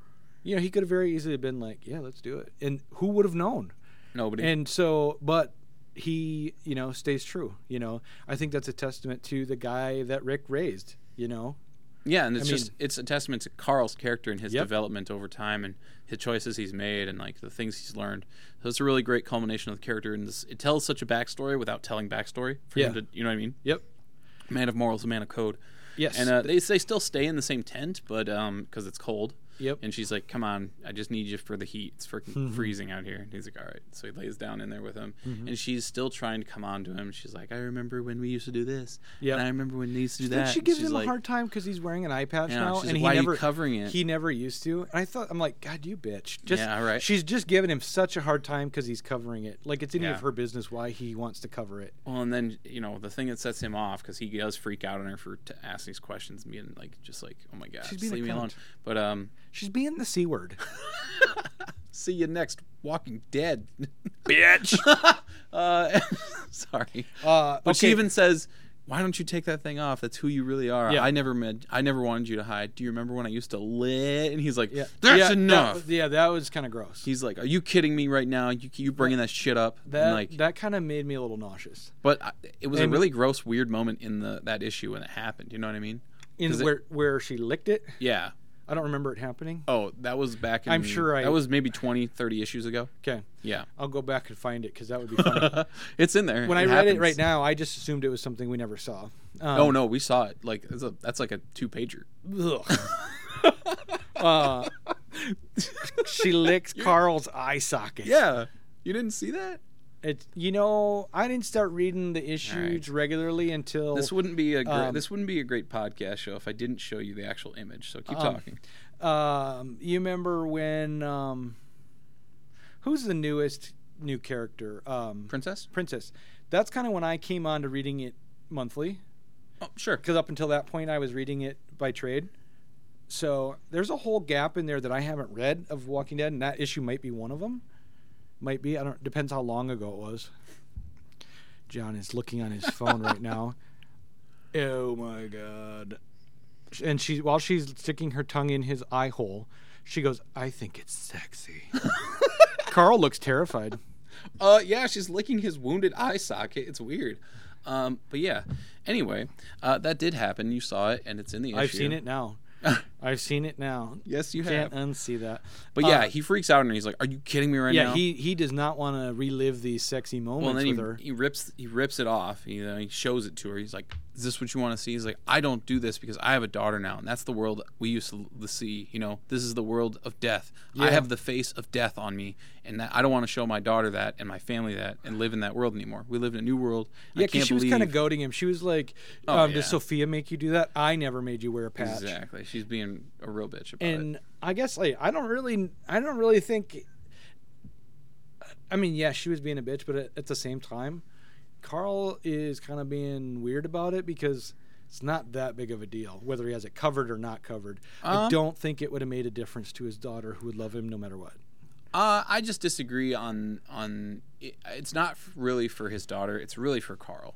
you know, he could have very easily been like, yeah, let's do it, and who would have known? Nobody. And so, but he, you know, stays true. You know, I think that's a testament to the guy that Rick raised. You know, Yeah, and I it's mean- just it's a testament to Carl's character and his Yep. development over time and his choices he's made and like the things he's learned. So it's a really great culmination of the character and this, it tells such a backstory without telling backstory for him Yeah. to you know what I mean? yep, Man of morals, a man of code. yes, And uh, they they still stay in the same tent, but um because it's cold. Yep. Mm-hmm. And she's like, "Come on, I just need you for the heat. It's freaking freezing out here." And he's like, "All right." So he lays down in there with him, and she's still trying to come on to him. She's like, "I remember when we used to do this. Yep. And I remember when they used to do Then that." she And gives she's him like- a hard time because he's wearing an eye patch Yeah, now, she's and like, he "Why are you never covering it?" He never used to, and I thought, I'm like, God, you bitch! Just, Yeah, right. She's just giving him such a hard time because he's covering it. Like it's any Yeah. of her business why he wants to cover it. Well, and then you know the thing that sets him off because he does freak out on her for to ask these questions, and being like, just like, "Oh my god, She's just being a leave me alone." cunt. But um, She's being the c word, see you next Walking Dead. bitch. uh, sorry. Uh, But she okay. even says, "Why don't you take that thing off? That's who you really are. Yeah. I never meant. I never wanted you to hide. Do you remember when I used to lit?" And he's like, Yeah. "That's Yeah, that- enough." yeah, that was kind of gross. he's like, "Are you kidding me right now? You you bringing that shit up?" And, that like, that kind of made me a little nauseous. but I, it was a and- really gross, weird moment in the that issue when it happened. You know what I mean? In 'Cause it- where where she licked it, Yeah. I don't remember it happening. Oh, that was back in I'm sure I- That was maybe 20, 30 issues ago. Okay, Yeah. I'll go back and find it because that would be funny. it's in there. when I It read it happens. right now, I just assumed it was something we never saw. Um, Oh no, we saw it. Like it's a, that's like a two pager. Ugh. uh, she licks Carl's eye socket. Yeah. You didn't see that? It's, you know, I didn't start reading the issues regularly until This wouldn't be a great, Oh. Um, this wouldn't be a great podcast show if I didn't show you the actual image. So keep Um, talking. um, you remember when um, who's the newest new character? Um, Princess? Princess. That's kind of when I came on to reading it monthly Oh, sure. because up until that point I was reading it by trade. So there's a whole gap in there that I haven't read of Walking Dead, and that issue might be one of them. Might be. I don't. Depends how long ago it was. John is looking on his phone right now. Oh my god! And she, while she's sticking her tongue in his eye hole, she goes, "I think it's sexy." Carl looks terrified. Uh yeah, she's licking his wounded eye socket. It's weird. Um, but yeah. Anyway, uh, that did happen. You saw it, and it's in the issue. I've seen it now. I've seen it now. Yes, you Can't have. unsee that. But Uh, yeah, he freaks out and he's like, "Are you kidding me right yeah, now?" he he does not want to relive these sexy Well, moments then with he, her. he rips he rips it off. You know, he shows it to her. He's like, "Is this what you want to see?" He's like, "I don't do this because I have a daughter now, and that's the world we used to l- see. You know, this is the world of death. I Yeah. have the face of death on me, and that, I don't want to show my daughter that and my family that and live in that world anymore. We live in a new world. and Yeah, I can't because she was believe kind of goading him. She was like, Oh, um, yeah. "Does Sophia make you do that? I never made you wear a patch." exactly. She's being a real bitch about it. And I guess like I don't really, I don't really think. I mean, yeah, she was being a bitch, but at, at the same time, Carl is kind of being weird about it because it's not that big of a deal whether he has it covered or not covered. I Um, don't think it would have made a difference to his daughter, who would love him no matter what. Uh, I just disagree on on. it- It's not really for his daughter. It's really for Carl.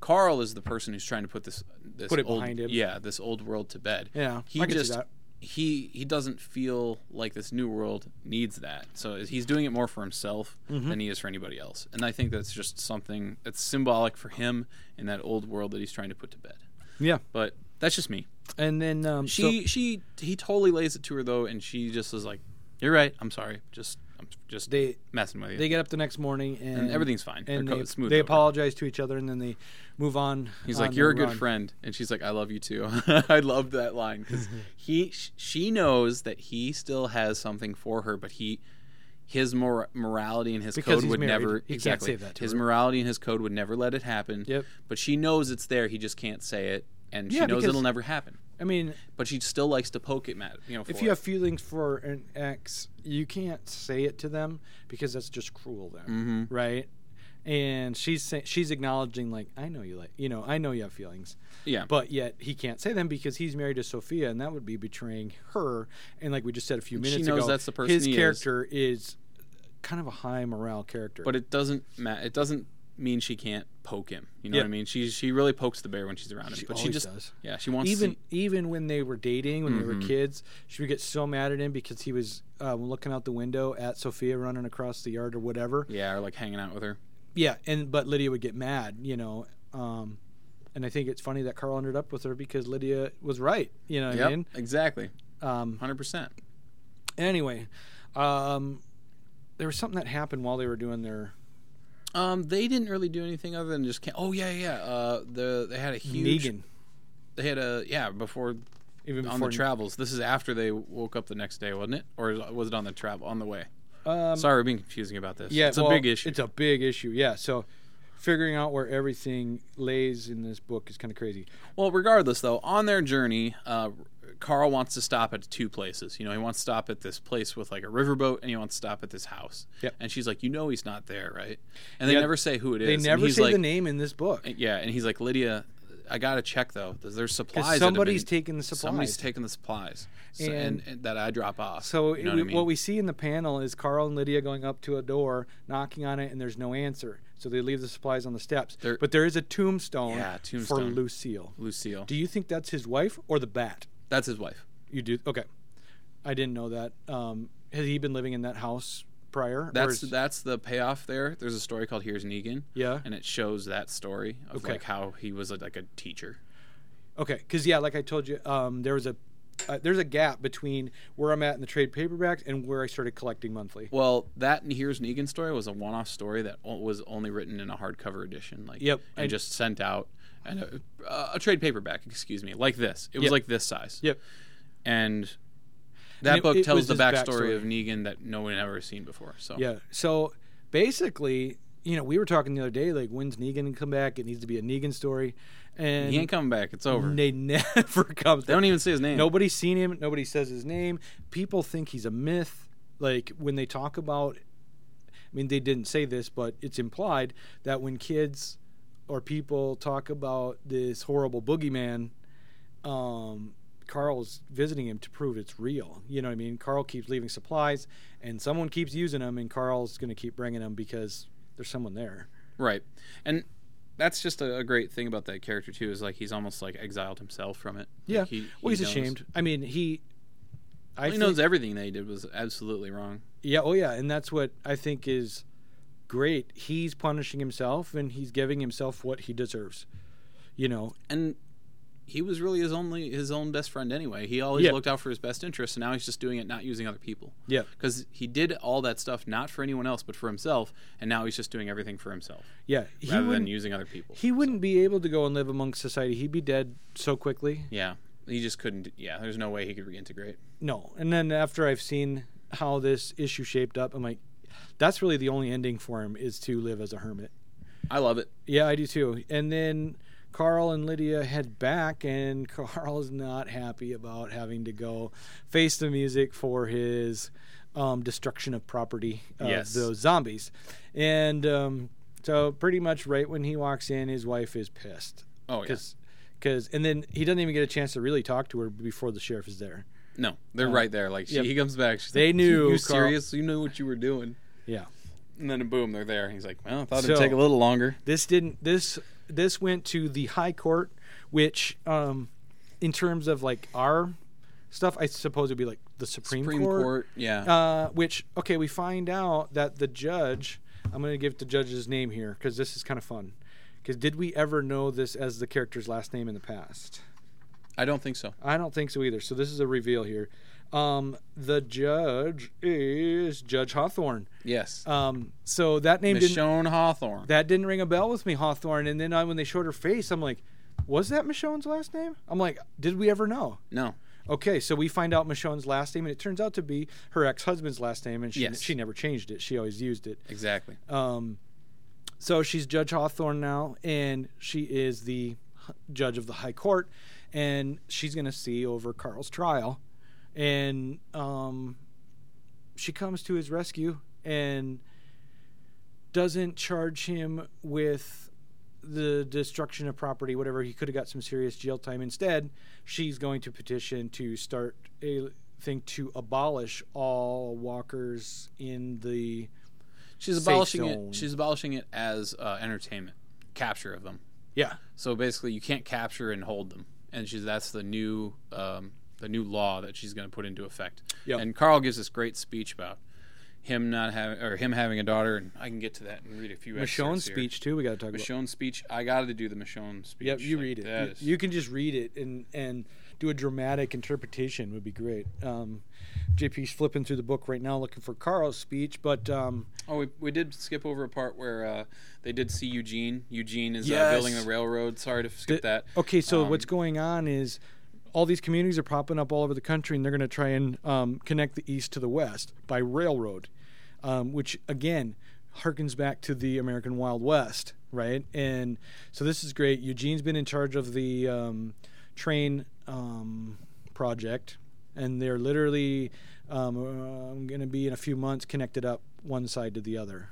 Carl is the person who's trying to put this this Put it old, behind him. Yeah, this old world to bed. Yeah, he I can see just that. he he doesn't feel like this new world needs that. So he's doing it more for himself Mm-hmm. than he is for anybody else. And I think that's just something that's symbolic for him in that old world that he's trying to put to bed. Yeah, But that's just me. and then um, so- She she he totally lays it to her though, and she just is like, "You're right. I'm sorry. Just I'm just They- messing with you." They get up the next morning and, And everything's fine. They're And co- they, it's smooth they over. apologize to each other and then they move on. He's on like, "You're a their good run. friend," and she's like, "I love you too." I loved that line because he, sh- she knows that he still has something for her, but he, his mor- morality and his Because code he's would married, never he can't exactly say that to his her. morality and his code would never let it happen. Yep. But she knows it's there. He just can't say it, and she Yeah, knows because- it'll never happen. I mean, But she still likes to poke at Matt. You know, if for you it. have feelings for an ex, you can't say it to them because that's just cruel, then, Mm-hmm. right? And she's say, she's acknowledging like, I know you like, you know, I know you have feelings, yeah, but yet he can't say them because he's married to Sophia, and that would be betraying her. And like we just said a few she minutes knows ago, that's the person his he is. character is. kind of a high morale character, but it doesn't ma- it doesn't mean she can't poke him. You know Yeah. what I mean? She she really pokes the bear when she's around him, but she always just does. yeah she wants even to, even when they were dating when they were Mm-hmm. kids she would get so mad at him because he was um, looking out the window at sophia running across the yard or whatever yeah or like hanging out with her. yeah and but lydia would get mad you know um, and i think it's funny that carl ended up with her because lydia was right you know what i Yeah, mean exactly, um, hundred percent. anyway um, there was something that happened while they were doing their Um, they didn't really do anything other than just. Can- oh yeah, yeah. Uh, the they had a huge. Negan. They had a yeah before even on the before travels. This is after they woke up the next day, wasn't it? Or is- was it on the travel on the way? Um, Sorry, we're being confusing about this. Yeah, it's well, a big issue. It's a big issue. Yeah, so figuring out where everything lays in this book is kind of crazy. Well, regardless, though, on their journey, uh, Carl wants to stop at two places. You know, he wants to stop at this place with like a riverboat, and he wants to stop at this house. Yep. And she's like, "You know, he's not there, right?" And they Yeah, never say who it is. They And never he's say like, the name in this book. Yeah, and he's like, "Lydia, I gotta check though. There's, there's supplies. that have Somebody's been- taking the supplies. Somebody's taking the supplies, so, and, and that I drop off. So you know it- what, I we- mean? what we see in the panel is Carl and Lydia going up to a door, knocking on it, and there's no answer. So they leave the supplies on the steps. There- but there is a tombstone, Yeah, for tombstone. Lucille. Lucille, Do you think that's his wife or the bat? that's his wife. You do. Okay, I didn't know that. Um, has he been living in that house prior? or That's is- that's the payoff there. There's a story called "Here's Negan," yeah. and it shows that story of Okay. like how he was like a teacher. Okay, because yeah, like I told you, um, there was a uh, there's a gap between where I'm at in the trade paperbacks and where I started collecting monthly. Well, that and here's Negan story was a one-off story that o- was only written in a hardcover edition, like Yep, and, and- just sent out and a, a trade paperback, excuse me, like this. It was Yep. like this size. Yep. And that it- book it tells was the his backstory, backstory. of Negan that no one had ever seen before. So Yeah. So basically, you know, we were talking the other day, like when's Negan gonna come back? It needs to be a Negan story, and he ain't coming back. It's over. they never comes. they don't even say his name. Nobody's seen him. Nobody says his name. People think he's a myth. Like when they talk about, I mean, they didn't say this, but it's implied that when kids or people talk about this horrible boogeyman, um, Carl's visiting him to prove it's real. You know what I mean? Carl keeps leaving supplies, and someone keeps using them, and Carl's going to keep bringing them because there's someone there. Right. And that's just a, a great thing about that character too is like he's almost like exiled himself from it. Yeah. Like, he- well, he he's knows- ashamed. I mean, he. I He think- knows everything they did was absolutely wrong. Yeah, oh yeah, and that's what I think is great. He's punishing himself and he's giving himself what he deserves. You know, and he was really his only his own best friend anyway. He always Yeah. looked out for his best interests, and now he's just doing it not using other people. Yeah. because he did all that stuff not for anyone else but for himself, and now he's just doing everything for himself yeah, he rather than wouldn't using other people. he wouldn't be able to go and live amongst society. He'd be dead so quickly. yeah, he just couldn't. Yeah, there's no way he could reintegrate. No. And then after I've seen how this issue shaped up, I'm like that's really the only ending for him is to live as a hermit. I love it. Yeah, I do too. And then Carl and Lydia head back, and Carl is not happy about having to go face the music for his um, destruction of property of Yes. those zombies. And um, so, pretty much right when he walks in, his wife is pissed. Oh yeah, Cause, 'cause- and then he doesn't even get a chance to really talk to her before the sheriff is there. no, they're right there. Like she, yep. he comes back. She's uh, They like, knew, Carl." You serious? You knew what you were doing. Yeah. And then boom, they're there. He's like, well, I thought it'd So- take a little longer. This didn't. This this went to the high court, which, um, in terms of like our stuff, I suppose it'd be like the Supreme, Supreme Court, yeah. Uh, which okay, we find out that the judge. I'm going to give the judge's name here because this is kind of fun. Because did we ever know this as the character's last name in the past? I don't think so. I don't think so either. So this is a reveal here. Um, the judge is Judge Hawthorne. Yes, Um, so that name didn't Michonne Hawthorne. that didn't ring a bell with me, Hawthorne. And then I, when they showed her face, I'm like, was that Michonne's last name? I'm like, did we ever know? no, Okay, so we find out Michonne's last name, and it turns out to be her ex husband's last name, and she, Yes. she never changed it. She always used it. exactly. Um, so she's Judge Hawthorne now, and she is the h- judge of the High Court, and she's going to see over Carl's trial. And um, she comes to his rescue and doesn't charge him with the destruction of property, whatever. He could have got some serious jail time. Instead, she's going to petition to start a thing to abolish all walkers in the She's safe abolishing zone. it. She's abolishing it as uh, entertainment, capture of them. yeah So basically, you can't capture and hold them, and she's that's the new um, the new law that she's going to put into effect. Yep. And Carl gives this great speech about him not having or him having a daughter, and I can get to that and read a few. Michonne's excerpts here. speech too. We got to talk about. Michonne's speech. I got to do the Michonne speech. Yep, you Like, read it. that You, is- you can just read it and and do a dramatic interpretation would be great. Um, JP's flipping through the book right now looking for Carl's speech, but um, oh, we, we did skip over a part where uh, they did see Eugene. Eugene is uh, Yes. building the railroad. Sorry to skip that. okay, so Um, what's going on is all these communities are popping up all over the country, and they're going to try and um, connect the east to the west by railroad, um, which again harkens back to the American Wild West, right? And so this is great. Eugene's been in charge of the um, train um, project, and they're literally um, uh, going to be in a few months connected up one side to the other.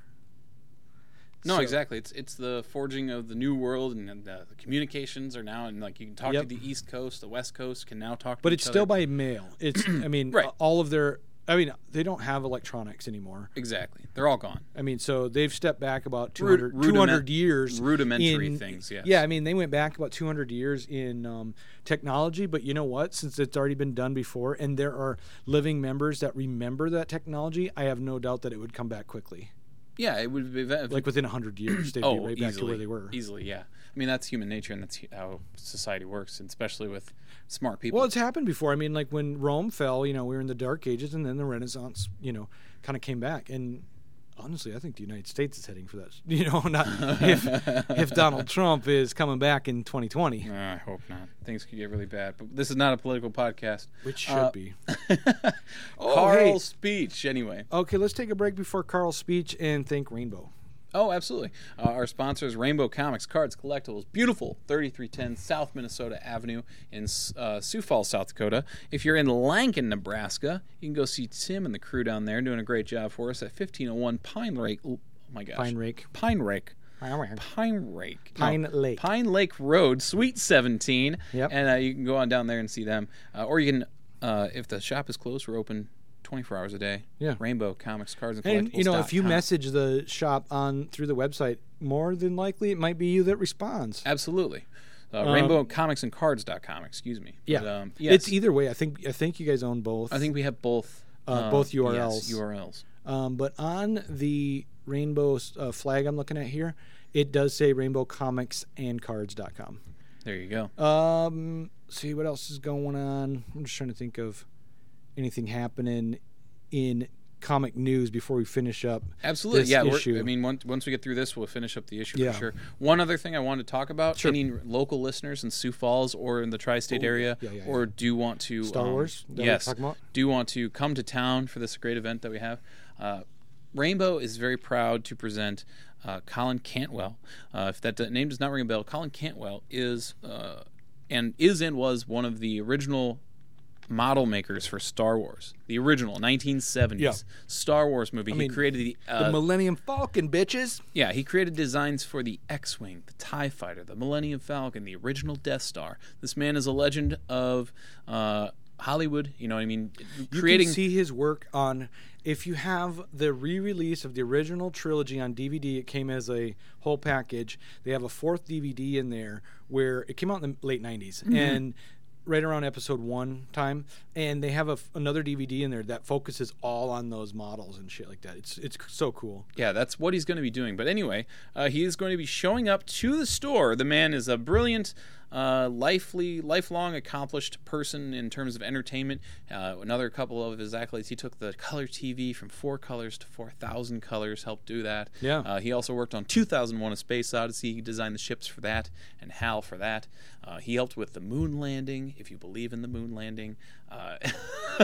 No, So- exactly. It's it's the forging of the new world, and, and the communications are now, and like you can talk Yep. to the East Coast, the West Coast can now talk. to But each it's still other. by mail. It's I mean Right. all of their I mean they don't have electronics anymore. exactly. They're all gone. I mean so they've stepped back about 200, rudiment- 200 years rudimentary in- things, yes. Yeah, I mean they went back about 200 years in um, technology, but you know what? Since it's already been done before and there are living members that remember that technology, I have no doubt that it would come back quickly. Yeah, it would be ve- Like within 100 years they'd oh be right easily back to where they were. easily. Yeah, I mean that's human nature, and that's hu- how society works, and especially with smart people. Well, it's happened before. I mean, like when Rome fell, you know, we were in the Dark Ages, and then the Renaissance, you know, kind of came back. And honestly, I think the United States is heading for that. You know, not if if Donald Trump is coming back in 2020, Uh, I hope not. Things could get really bad, but this is not a political podcast. which should Uh, be. Carl's Oh, hey. speech, anyway. Okay, let's take a break before Carl's speech and thank Rainbow. Oh, absolutely. Uh, our sponsor is Rainbow Comics, Cards, Collectibles, beautiful 3310 South Minnesota Avenue in uh, Sioux Falls, South Dakota. If you're in Lankin, Nebraska, you can go see Tim and the crew down there doing a great job for us at 1501 Pine Lake. Oh, my gosh. Pine Rake. Pine Rake. Pine Pine Rake. No, Lake. Pine Lake Road, Suite 17. Yep. And uh, you can go on down there and see them. Uh, or you can, uh, if the shop is closed, we're open 24 hours a day. Yeah. Rainbow Comics, Cards, and Collectibles. And you know, if you message the shop on through the website, more than likely it might be you that responds. Absolutely. Uh, Rainbow Comics and Cards.com, excuse me. Um, Yeah, But, um, yes, it's either way. I think I think you guys own both. I think we have both. Uh, both yes, URLs. URLs. Um, but on the rainbow uh, flag I'm looking at here, it does say Rainbow Comics and Cards.com. There you go. Um, see what else is going on. I'm just trying to think of anything happening in comic news before we finish up. Absolutely, this yeah. we're- issue. I mean, once, once we get through this, we'll finish up the issue Yeah. for sure. One other thing I wanted to talk about: any local listeners in Sioux Falls or in the tri-state area, yeah, yeah, or do want to Star um, Wars that we yes, talked about? do want to come to town for this great event that we have. Uh, Rainbow is very proud to present uh, Colin Cantwell. Uh, if that d- name does not ring a bell, Colin Cantwell is uh, and is and was one of the original model makers for Star Wars, the original 1970s Yeah. Star Wars movie. he mean, created the, the uh, Millennium Falcon, bitches. yeah, he created designs for the X Wing, the TIE Fighter, the Millennium Falcon, the original Death Star. This man is a legend of uh, Hollywood. You know what I mean? you Creating. can see his work on if you have the re-release of the original trilogy on DVD it came as a whole package they have a fourth DVD in there where it came out in the late 90s Mm-hmm. and right around episode 1 time and they have a f another DVD in there that focuses all on those models and shit like that it's it's so cool yeah, that's what he's going to be doing. But anyway, uh, he is going to be showing up to the store. The man is a brilliant, uh, lively, lifelong accomplished person in terms of entertainment. Uh, another couple of his accolades: he took the color TV from four colors to four thousand colors. Helped do that. Yeah. Uh, he also worked on 2001: A Space Odyssey. He designed the ships for that and HAL for that. Uh, he helped with the moon landing. If you believe in the moon landing. Uh,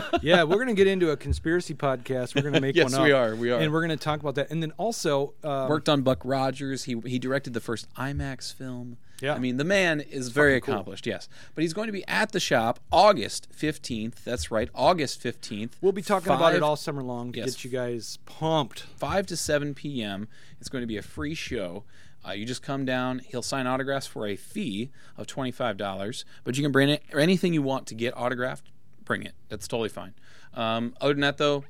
yeah, we're gonna get into a conspiracy podcast. We're gonna make Yes, one up. we are, we are. and we're gonna talk about that. And then also, um, worked on Buck Rogers. He he directed the first IMAX film. Yeah. I mean, the man is very accomplished, yes. But he's going to be at the shop August 15th. That's right, August 15th. we'll be talking about it Five- all summer long to Yes. get you guys pumped. 5 to 7 p.m. It's going to be a free show. Uh, you just come down. He'll sign autographs for a fee of $25, but you can bring it, or anything you want to get autographed, bring it. That's totally fine. Um, other than that, though,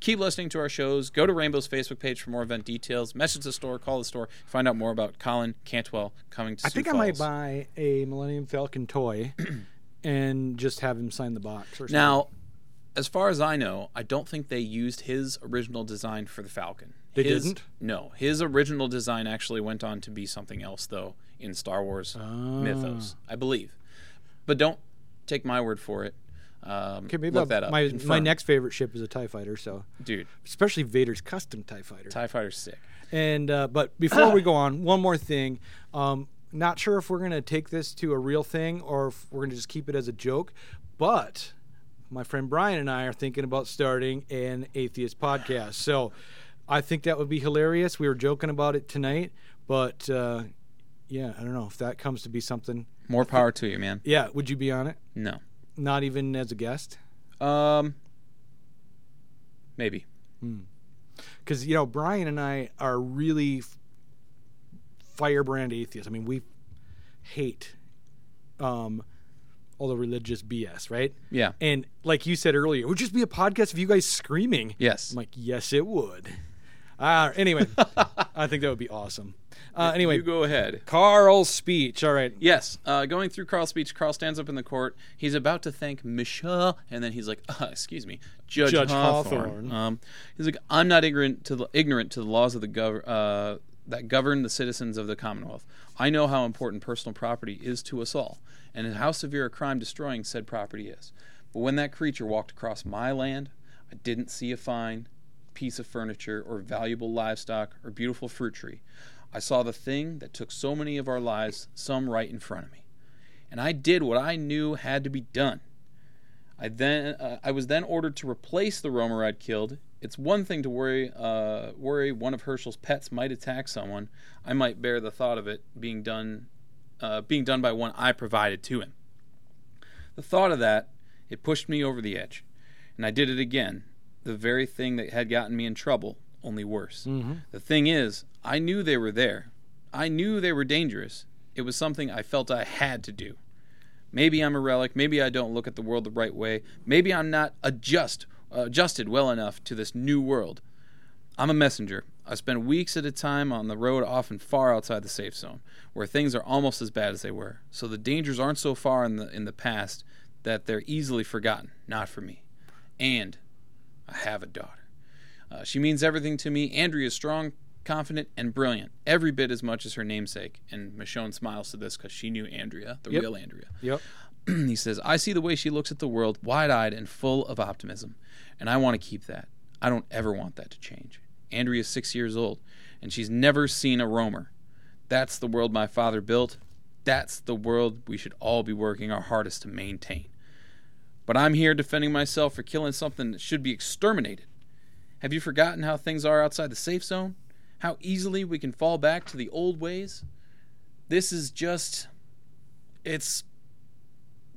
keep listening to our shows. Go to Rainbow's Facebook page for more event details. Message the store, call the store, find out more about Colin Cantwell coming to I think I might buy a Millennium Falcon toy and just have him sign the box. Or something. Now, as far as I know, I don't think they used his original design for the Falcon. They His- didn't? No, his original design actually went on to be something else, though, in Star Wars Ah. mythos, I believe. But don't take my word for it. Um, okay, maybe look I'll- that up. my my Confirm. next favorite ship is a Tie Fighter, so dude, especially Vader's custom Tie Fighter. Tie Fighter's sick. And uh, but before we go on, one more thing. Um, Not sure if we're going to take this to a real thing or if we're going to just keep it as a joke, but my friend Brian and I are thinking about starting an atheist podcast. So I think that would be hilarious. We were joking about it tonight, but uh, yeah, I don't know if that comes to be something. More power to you, man. Yeah, would you be on it? No. Not even as a guest? Um. Maybe. Because, you know, Brian and I are really f- firebrand atheists. I mean, we hate um, all the religious BS, right? Yeah. And like you said earlier, it would just be a podcast of you guys screaming. Yes. I'm like, yes, it would. Uh, anyway, I think that would be awesome. Uh, anyway, You go ahead. Carl's speech. All right. Yes, uh, going through Carl's speech, Carl stands up in the court. He's about to thank Michelle, and then he's like, uh, "Excuse me, Judge, Judge Hawthorne." Hawthorne. Um, he's like, "I'm not ignorant to the, ignorant to the laws of the gov- uh, that govern the citizens of the Commonwealth. I know how important personal property is to us all, and how severe a crime destroying said property is. But when that creature walked across my land, I didn't see a fine piece of furniture or valuable livestock or beautiful fruit tree. I saw the thing that took so many of our lives, some right in front of me. And I did what I knew had to be done. I then uh, I was then ordered to replace the roamer I'd killed. It's one thing to worry uh, worry one of Herschel's pets might attack someone. I might bear the thought of it being done uh, being done by one I provided to him. The thought of that it pushed me over the edge, and I did it again. The very thing that had gotten me in trouble, only worse. The thing is, I knew they were there. I knew they were dangerous. It was something I felt I had to do. Maybe I'm a relic. Maybe I don't look at the world the right way. Maybe I'm not adjust, uh, adjusted well enough to this new world. I'm a messenger. I spend weeks at a time on the road, often far outside the safe zone, where things are almost as bad as they were. So the dangers aren't so far in the in the past that they're easily forgotten. Not for me. And I have a daughter. Uh, she means everything to me. Andrea is strong, confident, and brilliant, every bit as much as her namesake. And Michonne smiles to this because she knew Andrea, the Yep. real Andrea Yep. he says, I see the way she looks at the world wide eyed and full of optimism, and I want to keep that. I don't ever want that to change. Andrea's six years old, and she's never seen a roamer. That's the world my father built. That's the world we should all be working our hardest to maintain. But I'm here defending myself for killing something that should be exterminated. Have you forgotten how things are outside the safe zone? How easily we can fall back to the old ways? This is just. It's.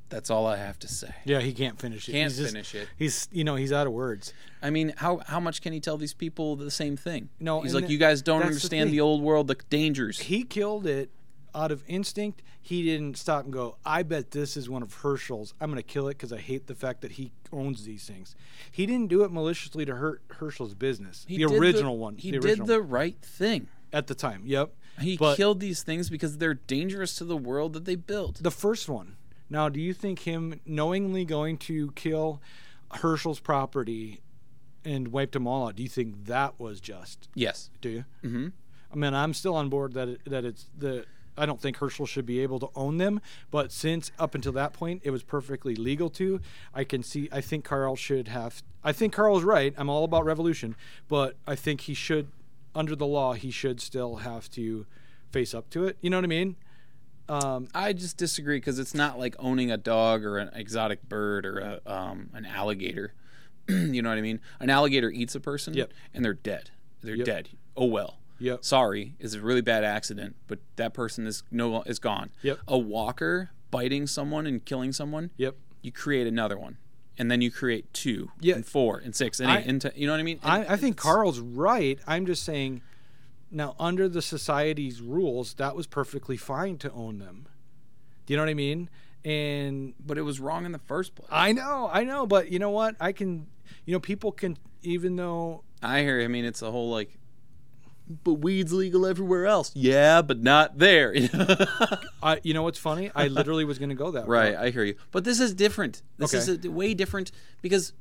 That's all I have to say. Yeah, he can't finish it. Can't he's just- finish it. He's, you know, he's out of words. I mean, how how much can he tell these people the same thing? No, he's and like, the- you guys don't that's the understand the, thing. old world, the dangers. He killed it out of instinct. He didn't stop and go, I bet this is one of Herschel's. I'm going to kill it because I hate the fact that he owns these things. He didn't do it maliciously to hurt Herschel's business. He the did original one. He the did original the right thing. at the time. Yep. He But- killed these things because they're dangerous to the world that they built. The first one. Now, do you think him knowingly going to kill Herschel's property and wiped them all out? Do you think that was just? Yes. Do you? Mm-hmm. I mean, I'm still on board that it, that it's the. I don't think Herschel should be able to own them, but since up until that point it was perfectly legal to, I can see. I think Carl should have. I think Carl's right. I'm all about revolution, but I think he should, under the law, he should still have to face up to it. You know what I mean? Um, I just disagree because it's not like owning a dog or an exotic bird or a, um, an alligator. you know what I mean? An alligator eats a person Yep. and they're dead. They're Yep. dead. Oh well. Yep. Sorry, it's a really bad accident, but that person is no is gone. Yep. A walker biting someone and killing someone. Yep. You create another one, and then you create two, Yeah. and four, and six, and I- eight, and ten, you know what I mean? And I, I think it's- Carl's right. I'm just saying, now under the society's rules, that was perfectly fine to own them. Do you know what I mean? And but it was wrong in the first place. I know, I know, but you know what? I can, you know, people can, even though I hear. I mean, it's a whole like. But weed's legal everywhere else. Yeah, but not there. I, you know, what's funny? I literally was going to go that right, route. I hear you. But this is different. This is Okay. a, way different because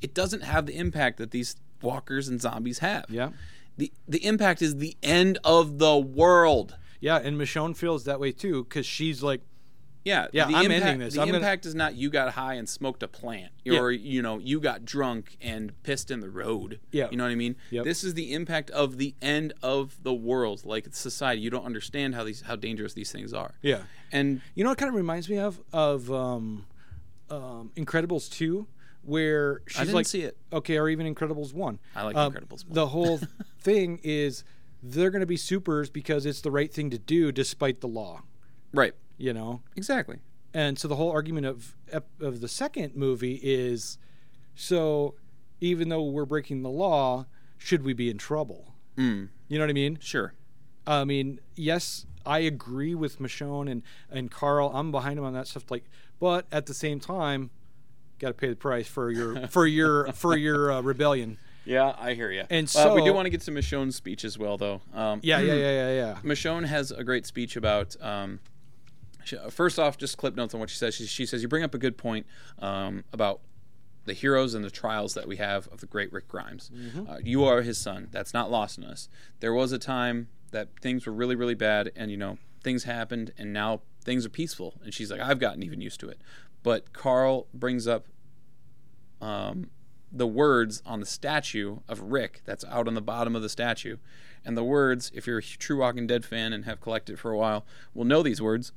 it doesn't have the impact that these walkers and zombies have. Yeah. The the impact is the end of the world. Yeah, and Michonne feels that way too because she's like, Yeah, Yeah, The I'm impact, ending this. The I'm gonna- impact is not you got high and smoked a plant, Yeah. or you know you got drunk and pissed in the road. Yeah. you know what I mean. Yep. This is the impact of the end of the world, like it's society. You don't understand how these how dangerous these things are. Yeah. and You know what kind of reminds me of of um, um, Incredibles two, where she's didn't like, see it. okay, or even Incredibles one. Um, I like Incredibles 1. The whole thing is they're going to be supers because it's the right thing to do despite the law, right, you know. exactly. And so the whole argument of ep- of the second movie is, so even though we're breaking the law, should we be in trouble? Mm, You know what I mean? sure. I mean, yes, I agree with Michonne and and Carl. I'm behind him on that stuff. Like, but at the same time, got to pay the price for your for your for your uh, rebellion. Yeah, I hear you. And Uh, we do so- want to get to Michonne's speech as well, though. Um, Yeah, yeah, yeah, yeah, yeah. Michonne has a great speech about. Um, she, uh, first off, just clip notes on what she says. She, she says you bring up a good point um, about the heroes and the trials that we have of the great Rick Grimes. Uh, you are his son. That's not lost on us. There was a time that things were really, really bad, and you know things happened, and now things are peaceful. And she's like, I've gotten even used to it. But Carl brings up um, the words on the statue of Rick that's out on the bottom of the statue. And the words, if you're a true Walking Dead fan and have collected for a while, will know these words.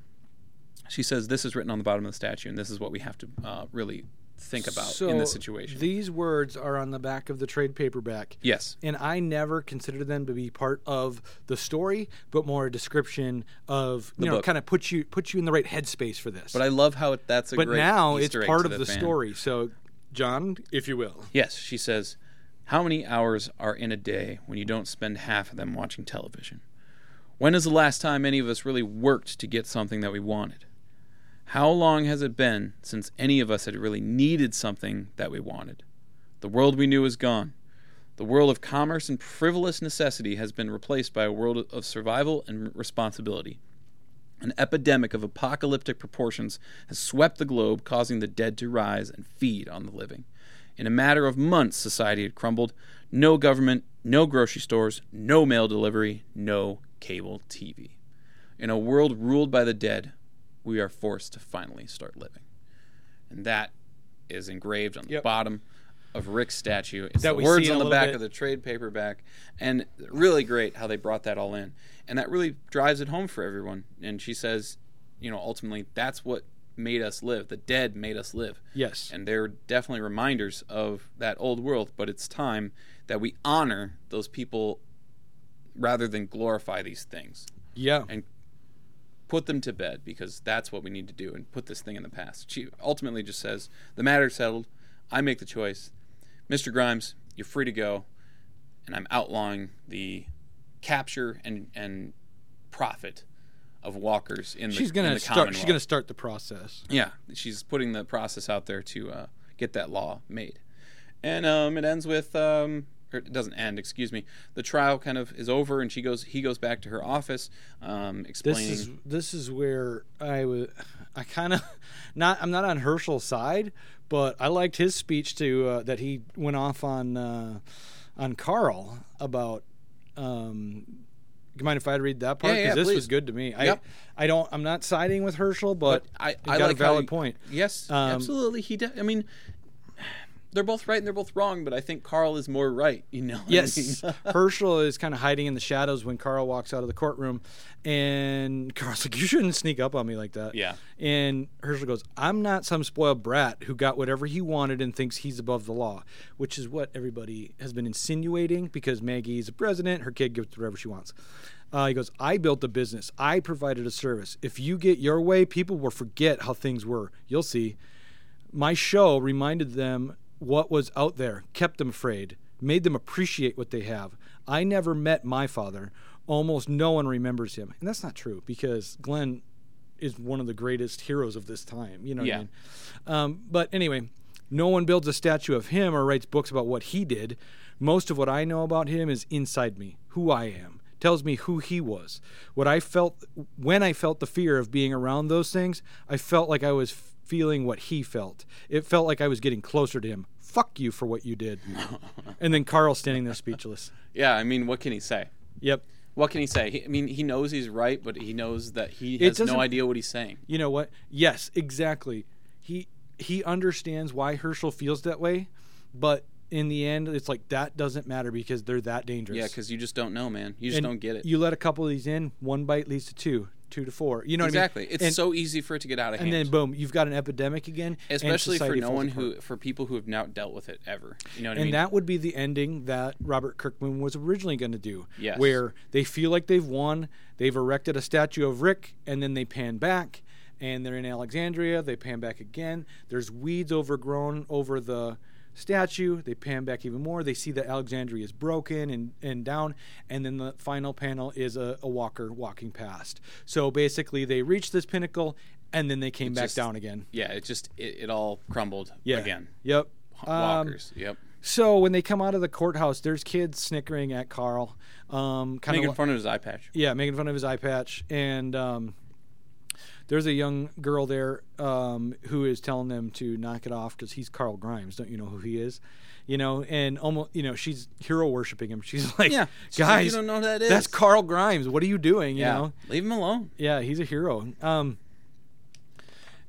She says, This is written on the bottom of the statue, and this is what we have to uh, really think about in this situation. these words are on the back of the trade paperback, yes. and I never considered them to be part of the story, but more a description of you know, book. kind of put you put you in the right headspace for this. But I love how it, that's a but great now Easter it's egg part to of the the fan. story. So, John, if you will. Yes, she says, How many hours are in a day when you don't spend half of them watching television? When is the last time any of us really worked to get something that we wanted? How long has it been since any of us had really needed something that we wanted? The world we knew is gone. The world of commerce and frivolous necessity has been replaced by a world of survival and responsibility. An epidemic of apocalyptic proportions has swept the globe, causing the dead to rise and feed on the living. In a matter of months, society had crumbled. No government, no grocery stores, no mail delivery, no cable TV. In a world ruled by the dead, we are forced to finally start living. And that is engraved on the Yep. bottom of Rick's statue. It's That the we words see in on a the little back bit. of the trade paperback. And really great how they brought that all in. And that really drives it home for everyone. And she says, you know, ultimately, that's what made us live. The dead made us live Yes. and they're definitely reminders of that old world but it's time that we honor those people rather than glorify these things Yeah. put them to bed because that's what we need to do and put this thing in the past she ultimately just says the matter's settled i make the choice mr grimes you're free to go and i'm outlawing the capture and and profit of walkers in the she's gonna in the start. She's Commonwealth. gonna start the process. Yeah, she's putting the process out there to uh, get that law made, and um, it ends with, um, or it doesn't end. Excuse me. The trial kind of is over, and she goes. He goes back to her office, um, This explaining. is this is where I was. I kind of not. I'm not on Herschel's side, but I liked his speech to uh, that he went off on uh, on Carl about. Um, you mind if I read that part? Yeah, yeah, this please. was good to me. Yep. I I don't. I'm not siding with Herschel, but, I, he I got like a how valid he- point. Yes, Um, absolutely. He. De- I mean, they're both right and they're both wrong, but I think Carl is more right. You know. what I Yes, mean? Herschel is kind of hiding in the shadows when Carl walks out of the courtroom, and Carl's like, "You shouldn't sneak up on me like that." Yeah. And Herschel goes, "I'm not some spoiled brat who got whatever he wanted and thinks he's above the law," which is what everybody has been insinuating because Maggie's the president, her kid gives whatever she wants. Uh, he goes, "I built a business, I provided a service. If you get your way, people will forget how things were. You'll see." My show reminded them what was out there, kept them afraid, made them appreciate what they have. I never met my father. Almost no one remembers him. And that's not true because Glenn is one of the greatest heroes of this time. You know what Yeah. I mean? Um, but anyway, no one builds a statue of him or writes books about what he did. Most of what I know about him is inside me, who I am, tells me who he was. What I felt when I felt the fear of being around those things, I felt like I was feeling what he felt. It felt like I was getting closer to him. Fuck you for what you did. and then Carl standing there speechless. yeah. I mean, what can he say? Yep. what can he say? He, I mean, he knows he's right, but he knows that he It has doesn't- no idea what he's saying. You know what? Yes, exactly. He he understands why Herschel feels that way, but in the end, it's like that doesn't matter because they're that dangerous. Yeah, because you just don't know, man. You just And don't get it. You let a couple of these in, one bite leads to two, two to four. You know what exactly. I mean? It's and, so easy for it to get out of and hand. then boom, you've got an epidemic again. and especially for society no falls one apart. who for people who have not dealt with it ever. You know what I And mean? that would be the ending that Robert Kirkman was originally going to do, Yes. where they feel like they've won, they've erected a statue of Rick, and then they pan back, and they're in Alexandria. They pan back again. There's weeds overgrown over the statue. They pan back even more. They see that Alexandria is broken and, and down, and then the final panel is a, a walker walking past. So basically, they reached this pinnacle, and then they came back just- down again. yeah, it just it, it all crumbled Yeah. again. Yep. Um, Walkers. yep. so when they come out of the courthouse, there's kids snickering at Carl, um, kind Making of fun of his eye patch. yeah, making fun of his eye patch, and um, there's a young girl there um, who is telling them to knock it off because he's Carl Grimes. Don't you know who he is? You know, and almost you know she's hero worshiping him. She's like, Yeah. She's like, guys, you don't know who that is. that's Carl Grimes. What are you doing? You Yeah. know, Leave him alone. yeah, he's a hero. Um,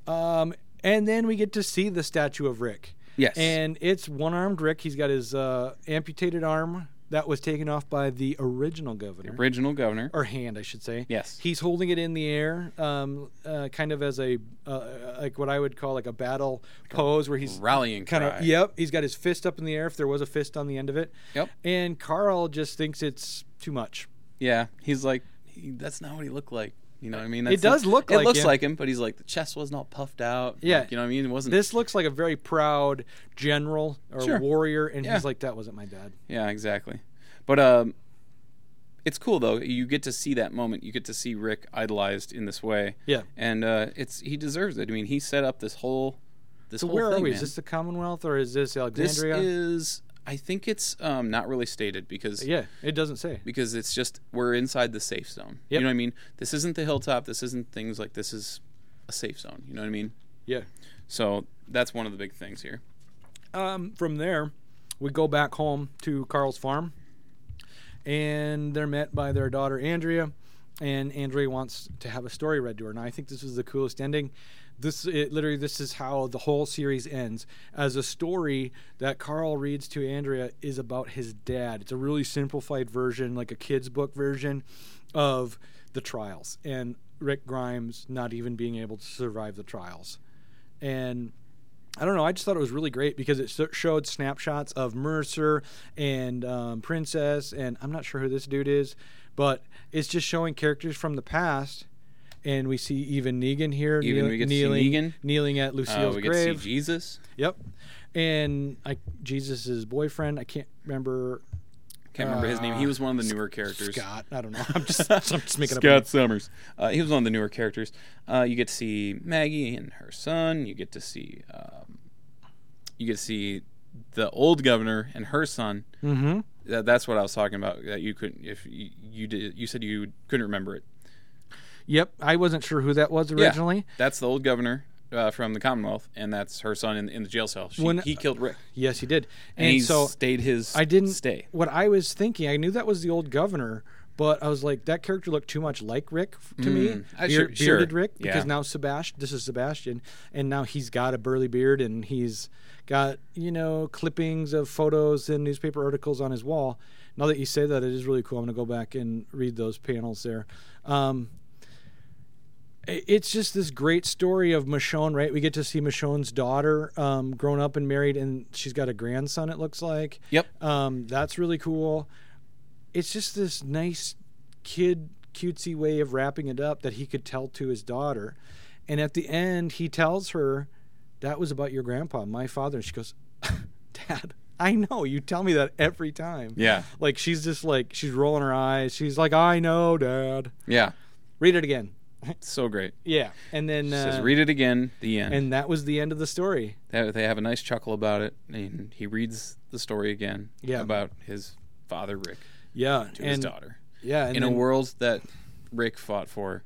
um, and then we get to see the statue of Rick. Yes. And it's one armed Rick. He's got his uh, amputated arm that was taken off by the original governor, Original governor. or hand, I should say. Yes. He's holding it in the air, um, uh, kind of as a, uh, like what I would call like a battle pose where he's Rallying kind cry. of, yep, he's got his fist up in the air if there was a fist on the end of it. Yep. And Carl just thinks it's too much. Yeah. He's like he, that's not what he looked like. You know what I mean? It That's does look it like looks him. like him, but he's like the chest wasn't all puffed out. Yeah. Like, you know what I mean? It wasn't This looks like a very proud general or Sure. warrior, and Yeah. he's like, that wasn't my dad. Yeah, exactly. But um, it's cool though. You get to see that moment. You get to see Rick idolized in this way. Yeah. and uh, it's he deserves it. I mean, he set up this whole this whole Where thing. are we? man. Is this the Commonwealth or is this This Alexandria? is I think it's um, not really stated because yeah, it doesn't say. because it's just we're inside the safe zone. Yep. You know what I mean? This isn't the hilltop. This isn't things like this is a safe zone. You know what I mean? Yeah. So that's one of the big things here. Um, from there, we go back home to Carl's farm, and they're met by their daughter Andrea, and Andrea wants to have a story read to her. And I think this is the coolest ending. This it, literally, this is how the whole series ends, as a story that Carl reads to Andrea is about his dad. It's a really simplified version, like a kid's book version, of the trials and Rick Grimes not even being able to survive the trials, and. I don't know. I just thought it was really great because it so- showed snapshots of Mercer and um, Princess, and I'm not sure who this dude is, but it's just showing characters from the past. And we see even Negan here, Even kneel- we get to see kneeling, Negan. kneeling at Uh, Lucille's we get to see grave. Jesus. Yep, and I, Jesus's boyfriend. I can't remember Can't remember his name. He Uh, was one of the newer characters. Scott. I don't know. I'm just, I'm just making Scott up. Summers. Uh, he was one of the newer characters. Uh, you get to see Maggie and her son. You get to see um, you get to see the old governor and her son. Mm-hmm. That, that's what I was talking about. That you couldn't if you, you did you said you couldn't remember it. Yep, I wasn't sure who that was originally. That's the old governor uh, from the Commonwealth, and that's her son in, in the jail cell. She, When- he killed Rick, Yes, he did. and, And, he so stayed his. I didn't stay. What I was thinking, I knew that was the old governor, but I was like, that character looked too much like Rick f- to me. Mm, I- sure- bearded sure. Rick, because Yeah. now Sebastian, this is Sebastian, and now he's got a burly beard and he's got you know clippings of photos and newspaper articles on his wall. Now that you say that, it is really cool. I'm going to go back and read those panels there. Um, i- it's just this great story of Michonne, right? We get to see Michonne's daughter um, grown up and married, and she's got a grandson. It looks like. Yep. Um, that's really cool. It's just this nice kid cutesy way of wrapping it up that he could tell to his daughter. And at the end, he tells her, That was about your grandpa, my father. And she goes, Dad, I know. You tell me that every time. Yeah, Like she's just like, she's rolling her eyes. She's like, I know, Dad. yeah. Read it again. So great. Yeah. And then, She says, uh, "Read it again." The end. and that was the end of the story. They they have a nice chuckle about it, and he reads the story again Yeah. about his father Rick Yeah. to and his daughter yeah. And in a then- world that Rick fought for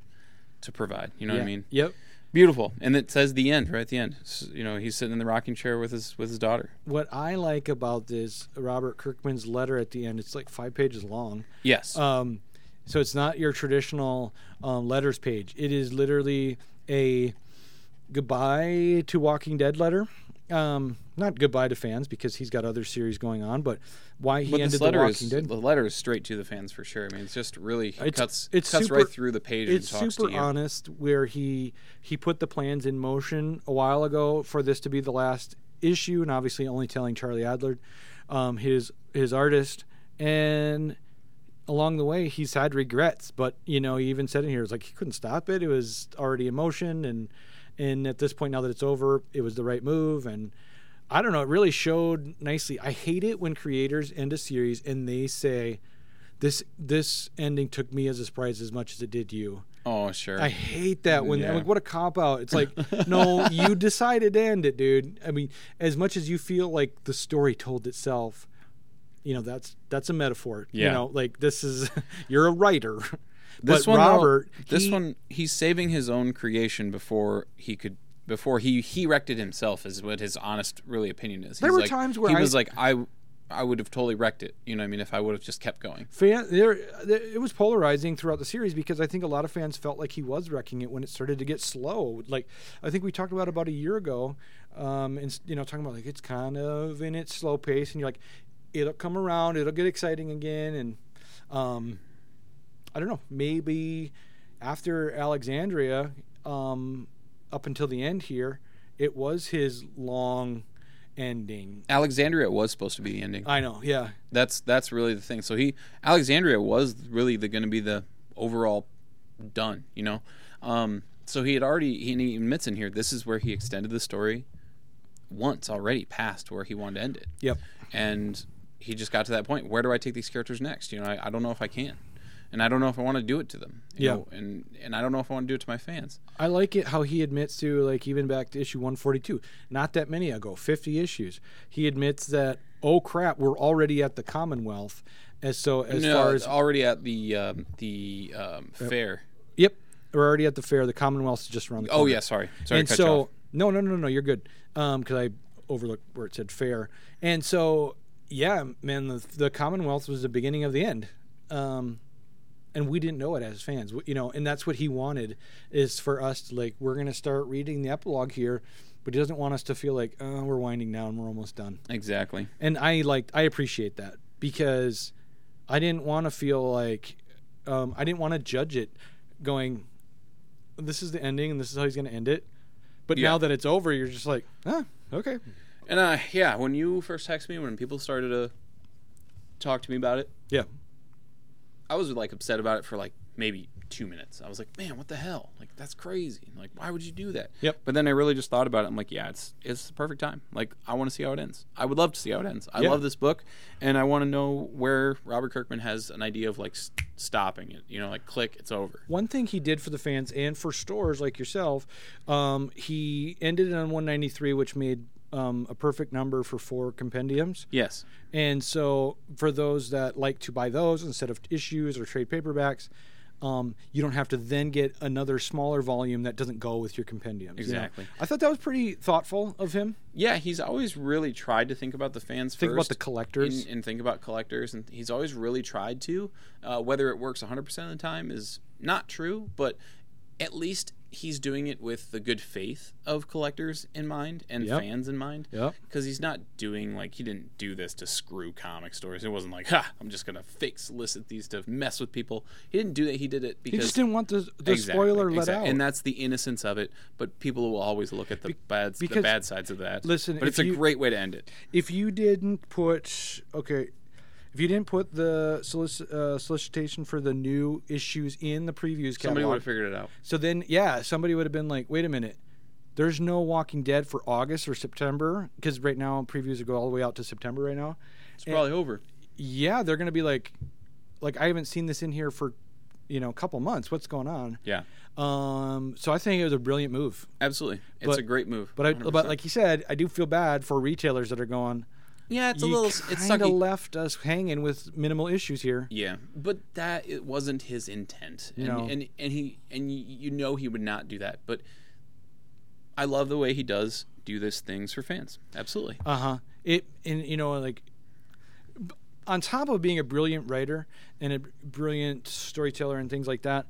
to provide. You know what yeah. I mean? Yep. Beautiful, and it says the end right at the end. S you know, he's sitting in the rocking chair with his with his daughter. what I like about this Robert Kirkman's letter at the end, it's like five pages long. Yes, Um, So it's not your traditional um, letters page. It is literally a goodbye to Walking Dead letter. Um, not goodbye to fans because he's got other series going on, but why he But ended this the letter Walking is Dead. the letter is straight to the fans for sure. I mean, it's just really It's- cuts it's cuts super- right through the page it's and talks super to you. honest where he he put the plans in motion a while ago for this to be the last issue and obviously only telling charlie adler um, his his artist and along the way he's had regrets but you know he even said in here it's like he couldn't stop it it was already in motion and and at this point now that it's over it was the right move and i don't know it really showed nicely i hate it when creators end a series and they say this this ending took me as a surprise as much as it did you Oh sure. I hate that when Yeah. like what a cop out. It's like no, you decided to end it, dude. I mean, as much as you feel like the story told itself, you know that's that's a metaphor. You Yeah. know, like this is you're a writer. this but one though- Robert, this he- one he's saving his own creation before he could before he he wrecked it himself is what his honest really opinion is. He's were like, times where he I- was like I I would have totally wrecked it. You know what I mean? If I would have just kept going. fan there there- it was polarizing throughout the series because I think a lot of fans felt like he was wrecking it when it started to get slow. Like I think we talked about about a year ago, um, and s- you know talking about like it's kind of in its slow pace, and you're like, it'll come around, it'll get exciting again, and um, I don't know, maybe after Alexandria, um, up until the end here, it was his long ending. Alexandria was supposed to be the ending. I know, yeah. That's that's really the thing. So he Alexandria was really the going to be the overall done. You know, um, so he had already he, and he admits in here this is where he extended the story once already past where he wanted to end it. Yep. and he just got to that point. Where do I take these characters next? You know, I, I don't know if I can, and I don't know if I want to do it to them. You Yeah. know, and and I don't know if I want to do it to my fans. I like it how he admits to like even back to issue 142, not that many ago, 50 issues. He admits that oh crap, we're already at the Commonwealth, as so as no, far it's as already at the um, the um, fair. yep, we're already at the fair. The Commonwealth's just around the corner. Oh yeah, sorry, sorry. and to cut so you off. no, no, no, no, you're good. Um, because I overlooked where it said fair, and so yeah, man, the, the Commonwealth was the beginning of the end. Um, and we didn't know it as fans, W- you know, and that's what he wanted is for us to like we're gonna start reading the epilogue here, but he doesn't want us to feel like oh, we're winding down, we're almost done exactly. and I liked I appreciate that because I didn't want to feel like um, I didn't want to judge it going this is the ending and this is how he's going to end it but Yeah. now that it's over you're just like ah okay And uh, yeah, when you first texted me, when people started to talk to me about it, yeah I was like upset about it for like maybe two minutes. I was like, man, what the hell? Like that's crazy. Like why would you do that? Yep. But then I really just thought about it. I'm like, yeah, it's it's the perfect time. Like I want to see how it ends. I would love to see how it ends. I Yeah. love this book, and I want to know where Robert Kirkman has an idea of like s stopping it. You know, like click, it's over. one thing he did for the fans and for stores like yourself, um, he ended it on 193, which made um, a perfect number for four compendiums. Yes. And so, for those that like to buy those instead of issues or trade paperbacks, um, you don't have to then get another smaller volume that doesn't go with your compendium. Exactly. I thought that was pretty thoughtful of him. Yeah, he's always really tried to think about the fans Think about first. the collectors. and, and think about collectors and he's always really tried to uh, whether it works 100% of the time is not true but at least he's doing it with the good faith of collectors in mind and Yep. fans in mind Yep. because he's not doing like he didn't do this to screw comic stores it wasn't like ha i'm just gonna fake solicit these to mess with people he didn't do that he did it He because just didn't want the, the Exactly, spoiler let exact- out. and that's the innocence of it. But people will always look at the bad, the because- bad sides of that. listen, but if it's a you- great way to end it. if you didn't put okay if you didn't put the solic- uh, solicitation for the new issues in the previews Somebody would catalog, have figured it out. so then yeah, somebody would have been like, "Wait a minute, there's no Walking Dead for August or September because right now previews go all the way out to September right now." It's probably over. Yeah, they're gonna be like, like I haven't seen this in here for, you know, a couple months. What's going on? Yeah. Um, so I think it was a brilliant move. Absolutely, it's But- a great move. But I, 100%. but like you said, I do feel bad for retailers that are going. yeah, it's a you little, it's kind sucky. of left us hanging with minimal issues here. yeah, but that it wasn't his intent, and No. and, and he and y- you know he would not do that. But I love the way he does Uh-huh. do this things for fans. Absolutely, Uh huh. It and you know like b- on top of being a brilliant writer and a brilliant storyteller and things like that,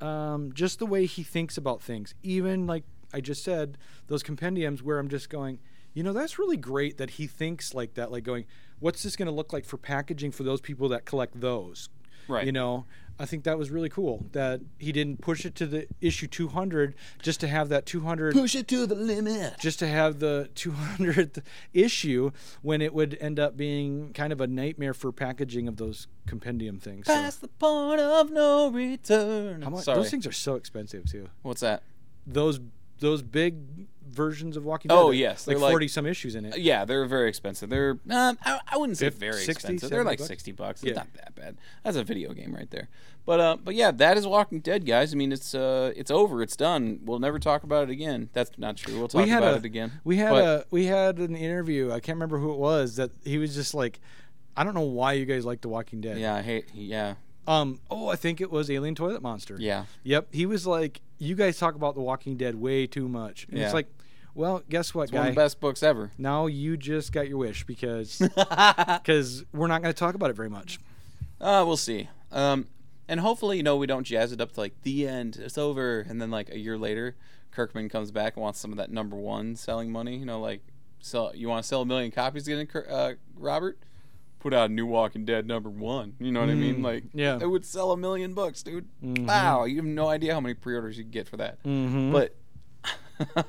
um, just the way he thinks about things, even like I just said, those compendiums where I'm just going, you know, that's really great that he thinks like that, like going, what's this going to look like for packaging for those people that collect those? Right. You know, I think that was really cool that he didn't push it to the issue 200 just to have that 200 Push it to the limit. just to have the 200th issue when it would end up being kind of a nightmare for packaging of those compendium things. So, Past the point of no return. how much- Sorry. Those things are so expensive too. What's that? Those those big versions of Walking Dead. Oh, are yes, they're like like- forty some issues in it. Yeah, they're very expensive. They're um, I, I wouldn't say Fif- very 60, expensive. They're 70 like bucks? sixty bucks. Yeah. It's not that bad. That's a video game right there. But uh, but yeah, that is Walking Dead, guys. I mean, it's uh, it's over. It's done. We'll never talk about it again. That's not true. We'll talk we had about a, it again. We had But- a we had an interview. I can't remember who it was that he was just like, I don't know why you guys like The Walking Dead. yeah, I hate yeah Um. Oh, I think it was Alien Toilet Monster. yeah. Yep. He was like, you guys talk about The Walking Dead way too much. And Yeah. It's like, well, guess what, It's guy? one of the best books ever. now you just got your wish because because we're not going to talk about it very much. Uh, we'll see. Um, and hopefully, you know, we don't jazz it up to like the end. It's over, and then like a year later, Kirkman comes back and wants some of that number one selling money. You know, like sell. You want to sell a million copies again, Kir- uh, Robert? Put out a new Walking Dead number one. You know what I mean? Like, yeah. it would sell a million books, dude. Mm-hmm. Wow, you have no idea how many pre-orders you could get for that. But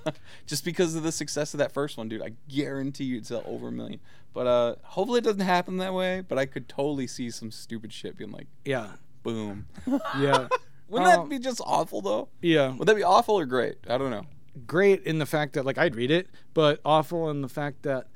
just because of the success of that first one, dude, I guarantee you it'd sell over a million. But uh, hopefully it doesn't happen that way. But I could totally see some stupid shit being like, Yeah, boom. yeah, Wouldn't Oh. that be just awful though? yeah. Would that be awful or great? I don't know. Great in the fact that like I'd read it, but awful in the fact that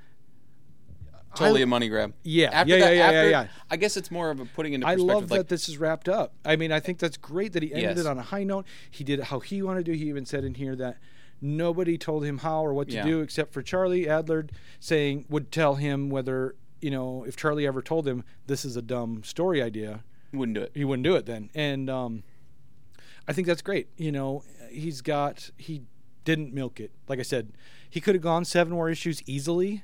Totally a money grab. Yeah, yeah, yeah, yeah, yeah, yeah. I guess it's more of a putting into I perspective. love like, that this is wrapped up. I mean, I think that's great that he ended Yes. it on a high note. He did it how he wanted to. do. He even said in here that nobody told him how or what to Yeah. do except for Charlie Adler saying would tell him whether you know if Charlie ever told him this is a dumb story idea wouldn't do it. he wouldn't do it then. And um, I think that's great. You know, he's got he didn't milk it. Like I said, he could have gone seven more issues easily,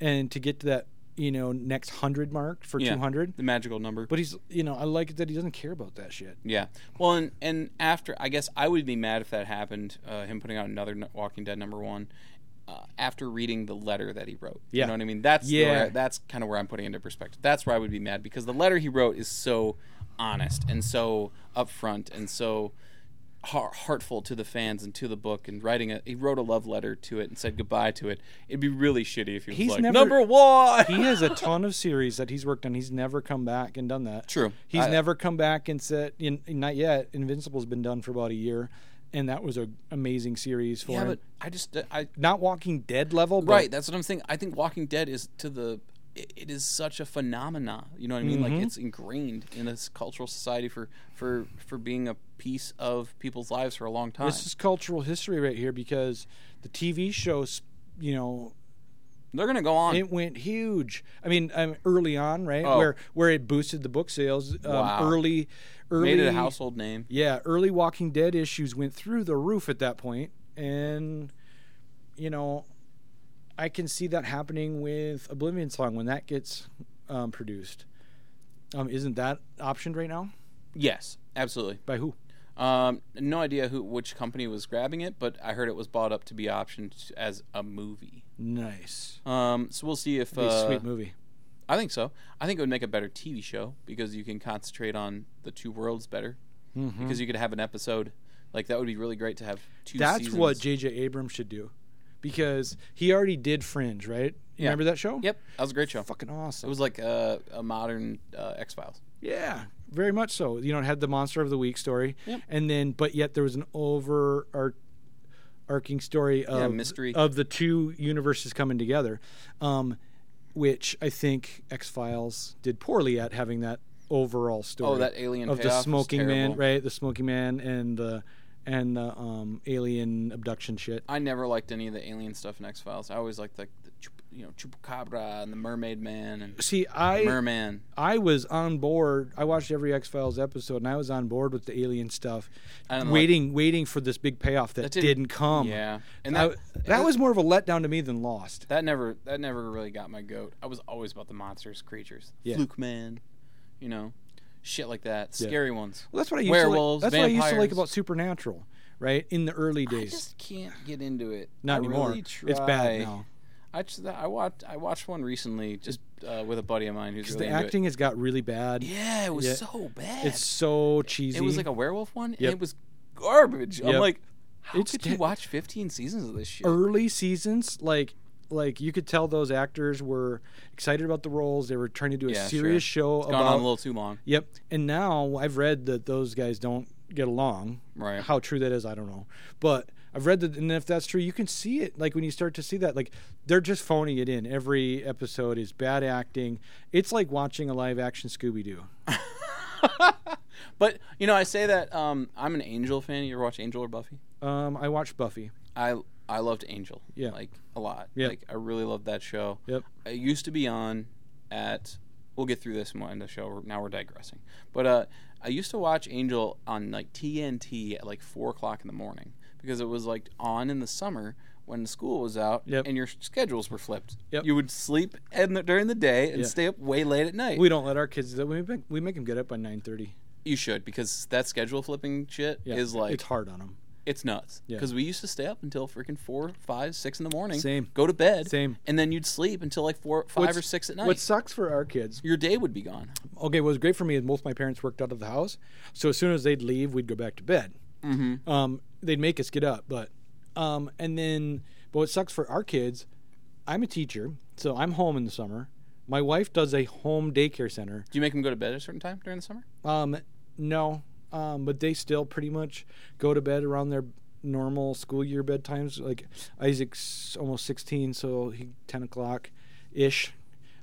and to get to that you know next hundred mark for Yeah. two hundred. The magical number. But he's you know I like it that he doesn't care about that shit. Yeah. Well, and, and after, I guess I would be mad if that happened, uh, him putting out another N- Walking Dead number one. Uh, after reading the letter that he wrote, you Yeah. know what I mean. That's the- Yeah. that's kind of where I'm putting it into perspective. That's where I would be mad because the letter he wrote is so honest and so upfront and so heart- heartful to the fans and to the book. And writing a, he wrote a love letter to it and said goodbye to it. It'd be really shitty if he was He's like never- number one. He has a ton of series that he's worked on. He's never come back and done that. True. He's I- never come back and said, in, not yet. Invincible's been done for about a year, and that was an amazing series for yeah, him. but I just uh, I not Walking Dead level, but Right, that's what I'm saying. I think Walking Dead is to the it it is such a phenomena. You know what I mean? Mm-hmm. Like it's ingrained in this cultural society for for for being a piece of people's lives for a long time. This is cultural history right here because the TV shows, you know, They're gonna go on. it went huge. I mean, um, early on, right? Oh. Where where it boosted the book sales. Um, Wow. Early, early. made it a household name. Yeah, early Walking Dead issues went through the roof at that point, and you know, I can see that happening with Oblivion Song when that gets um, produced. Um, isn't that optioned right now Yes, absolutely. by who? Um, no idea who which company was grabbing it, but I heard it was bought up to be optioned as a movie. Nice, Um, so we'll see if Be a uh, sweet movie. I think so. I think it would make a better TV show because you can concentrate on the two worlds better. Mm-hmm. Because you could have an episode like that would be really great to have two. That's seasons. what J.J. Abrams should do, because he already did Fringe, right? You Remember that show? Oh, Yep, that was a great show. Fucking It awesome. was like uh, a modern uh, X Files. yeah, very much so. You know, it had the monster of the week story, Yep. and then but yet there was an over ar- arcing story of mystery. of the two universes coming together, um, which I think X Files did poorly at having that overall story. Oh, that alien of the payoff was smoking man, terrible. right? The smoking man and the and the um, alien abduction shit. I never liked any of the alien stuff in X Files. I always liked like the choop, you know Chupacabra and the Mermaid Man and See, I Merman. I was on board. I watched every X Files episode, and I was on board with the alien stuff, I don't know, waiting, waiting for this big payoff that, That didn't- didn't, come. Yeah, and and that that, that was more of a letdown to me than Lost. that never that never really got my goat. I was always about the monsters, creatures, Yeah. Fluke Man, you know, shit like that, Yeah. scary ones. Well, that's what I used Werewolves, to like. That's what I used to like vampires. about Supernatural, right? In the early I days, just can't get into it. not I anymore. really It's try. bad now. I just, I watched I watched one recently just uh, with a buddy of mine who's Because really the into it. acting has got really bad. Yeah, it was Yeah. so bad. It's so cheesy. it was like a werewolf one, and Yep. it was garbage. I'm Yep. like, how It's could te- you watch 15 seasons of this shit? early seasons, like like you could tell those actors were excited about the roles. They were trying to do a Yeah, serious show Gone on a about little too long. Yep. And now I've read that those guys don't get along. Right. How true that is, I don't know. But I've read that, and if that's true, you can see it. Like when you start to see that, like they're just phoning it in. Every episode is bad acting. It's like watching a live action Scooby Doo. But you know, I say that um, I'm an Angel fan. You ever watch Angel or Buffy? Um, I watched Buffy. I I loved Angel. Yeah. like a lot. Yeah. like I really loved that show. Yep. It used to be on at. We'll get through this and we'll end the show. We're, now we're digressing. But uh, I used to watch Angel on like TNT at like four o'clock in the morning because it was like on in the summer when the school was out Yep. and your schedules were flipped. Yep. You would sleep in the, during the day and Yeah. stay up way late at night. We don't let our kids. do that. We make, we make them get up by nine thirty. you should because that schedule flipping shit Yeah. is like it's hard on them. It's nuts. Yeah. Because we used to stay up until freaking four, five, six in the morning. Same. Go to bed. Same. And then you'd sleep until like four, five What's- or six at night. What sucks for our kids? Your day would be gone. Okay, what was great for me is both my parents worked out of the house, so as soon as they'd leave, we'd go back to bed. Mm-hmm. um, they'd make us get up. But um, and then, but what sucks for our kids, I'm a teacher, so I'm home in the summer. My wife does a home daycare center. Do you make them go to bed at a certain time during the summer? Um, no, um, but they still pretty much go to bed around their normal school year bedtimes. Like Isaac's almost 16, so he 10 o'clock ish.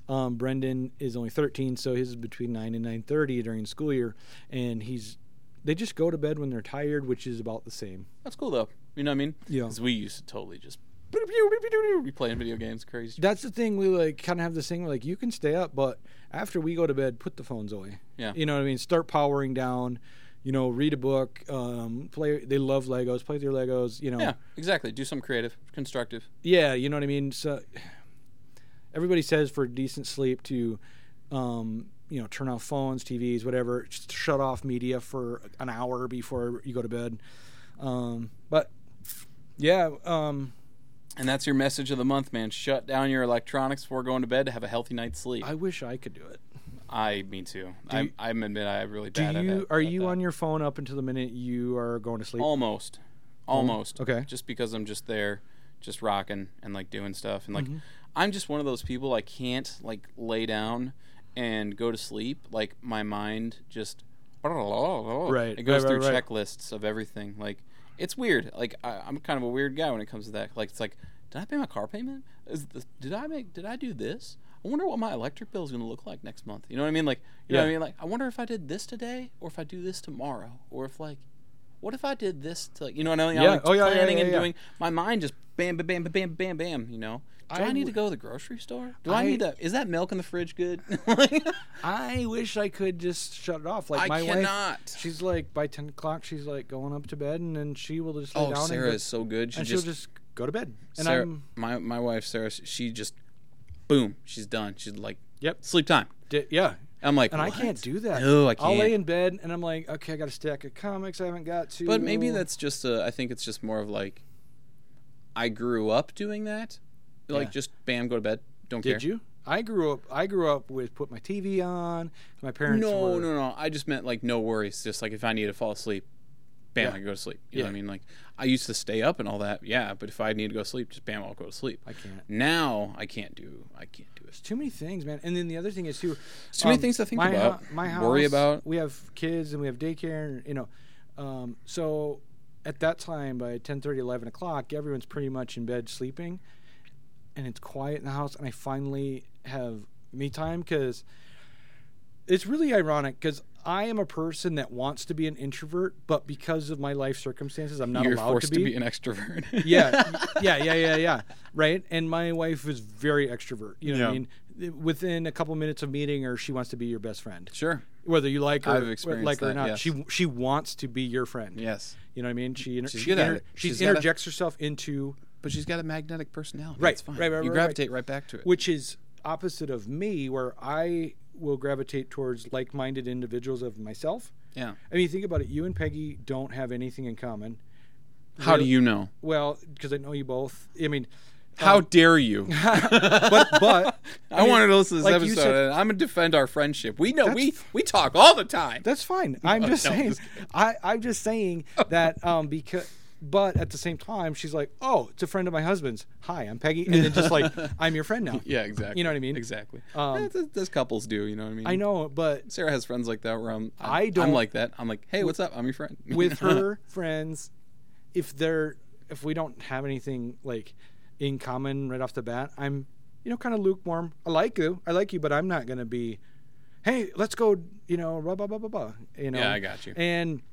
Um, Brendan is only 13, so his is between 9 and 9:30 during the school year, and he's they just go to bed when they're tired, which is about the same. That's cool though. You know what I mean? Yeah. Because we used to totally just be playing video games crazy. that's the thing we like kind of have this thing where like you can stay up but after we go to bed put the phones away Yeah. you know what i mean start powering down you know read a book um play they love legos play with your legos you know Yeah, exactly. Do something creative, constructive. Yeah, you know what i mean so everybody says for decent sleep to um you know turn off phones tvs whatever just shut off media for an hour before you go to bed um but yeah um And that's your message of the month, man. Shut down your electronics before going to bed to have a healthy night's sleep. i wish i could do it I, me too. I, you- I'm admit I am really do bad at you it- uh, Oh, are at you that. on your phone up until the minute you are going to sleep Almost. Almost. okay. Just because I'm just there, just rocking and like doing stuff. And like, Mm-hmm. I'm just one of those people I can't like lay down and go to sleep. Like, my mind just. Right. It goes right, through right, right. checklists of everything. Like, it's weird. Like, I, I'm kind of a weird guy when it comes to that. Like, it's like, did I pay my car payment? Is this, did I make? Did I do this? I wonder what my electric bill is going to look like next month. You know what I mean? Like, you know what I Yeah. mean? Like, I wonder if I did this today, or if I do this tomorrow, or if like, what if I did this to like, you know what I mean? I'm Yeah. like Oh, yeah, yeah, planning yeah, and yeah. doing my mind just bam bam bam bam bam bam bam, you know. Do I, I w- need to go to the grocery store? Do I, I- need to is that milk in the fridge good? I wish I could just shut it off. Like I my wife, cannot. she's like by ten o'clock, she's like going up to bed, and then she will just lay oh, down Sarah and, go- is so good. She and just, she'll just go to bed. And Sarah, I'm my my wife Sarah, she just boom, she's done. She's like Yep. sleep time. d- yeah, I'm like and what? I can't do that. No, I will can't. lay in bed, and I'm like, okay, I got a stack of comics I haven't got to. But maybe that's just a, I think it's just more of like I grew up doing that. Like Yeah. just bam, go to bed. Don't care. Did you? I grew up. I grew up with put my TV on. My parents. No, were, no, no. I just meant like no worries. Just like if I need to fall asleep, bam, Yeah. I can go to sleep. You know Yeah. what I mean? Like I used to stay up and all that, yeah. But if I need to go to sleep, just bam, I'll go to sleep. I can't. Now I can't do. I can't do it. Um, It's too many things, man. And then the other thing is too. too many things to think my about, hou- my house, worry about. We have kids and we have daycare, and you know, um, so at that time by 10, 11 o'clock, everyone's pretty much in bed sleeping, and it's quiet in the house. And I finally have me time because it's really ironic because I am a person that wants to be an introvert, but because of my life circumstances, I'm not You're allowed forced to be an extrovert. yeah, yeah, yeah, yeah, yeah. Right. And my wife is very extrovert. You know what I Yeah. mean? Within a couple minutes of meeting her, she wants to be your best friend, sure. whether you like her, I've or- experienced like her or that, not. yes. She she wants to be your friend. Yes. You know what I mean? She inter- She's she, good at inter- it. she She's got a- interjects herself into But she's got a magnetic personality. Right, It's fine. right, right, you right, gravitate right. back to it. which is opposite of me, where I will gravitate towards like-minded individuals of myself. yeah. I mean, think about it. You and Peggy don't have anything in common. How do you know? Well, because I know you both. I mean, How dare you? but but I wanted to listen to this like you episode, said- and I'm gonna defend our friendship. We know That's- we we talk all the time. That's fine. I'm just no, saying. just I, I'm just saying that um, because. But at the same time, she's like, "Oh, it's a friend of my husband's. Hi, I'm Peggy," and then just like, "I'm your friend now." yeah, exactly. You know what I mean? Exactly. Um, Yeah, th- those couples do. You know what I mean? I know, but Sarah has friends like that where I'm. I'm I don't- I'm like that. I'm like, hey, what's up? I'm your friend. with her friends, if they're if we don't have anything like in common right off the bat, I'm you know kind of lukewarm. I like you, I like you, but I'm not gonna be, hey, let's go, you know, blah blah blah blah blah. You know, Yeah, I got you. And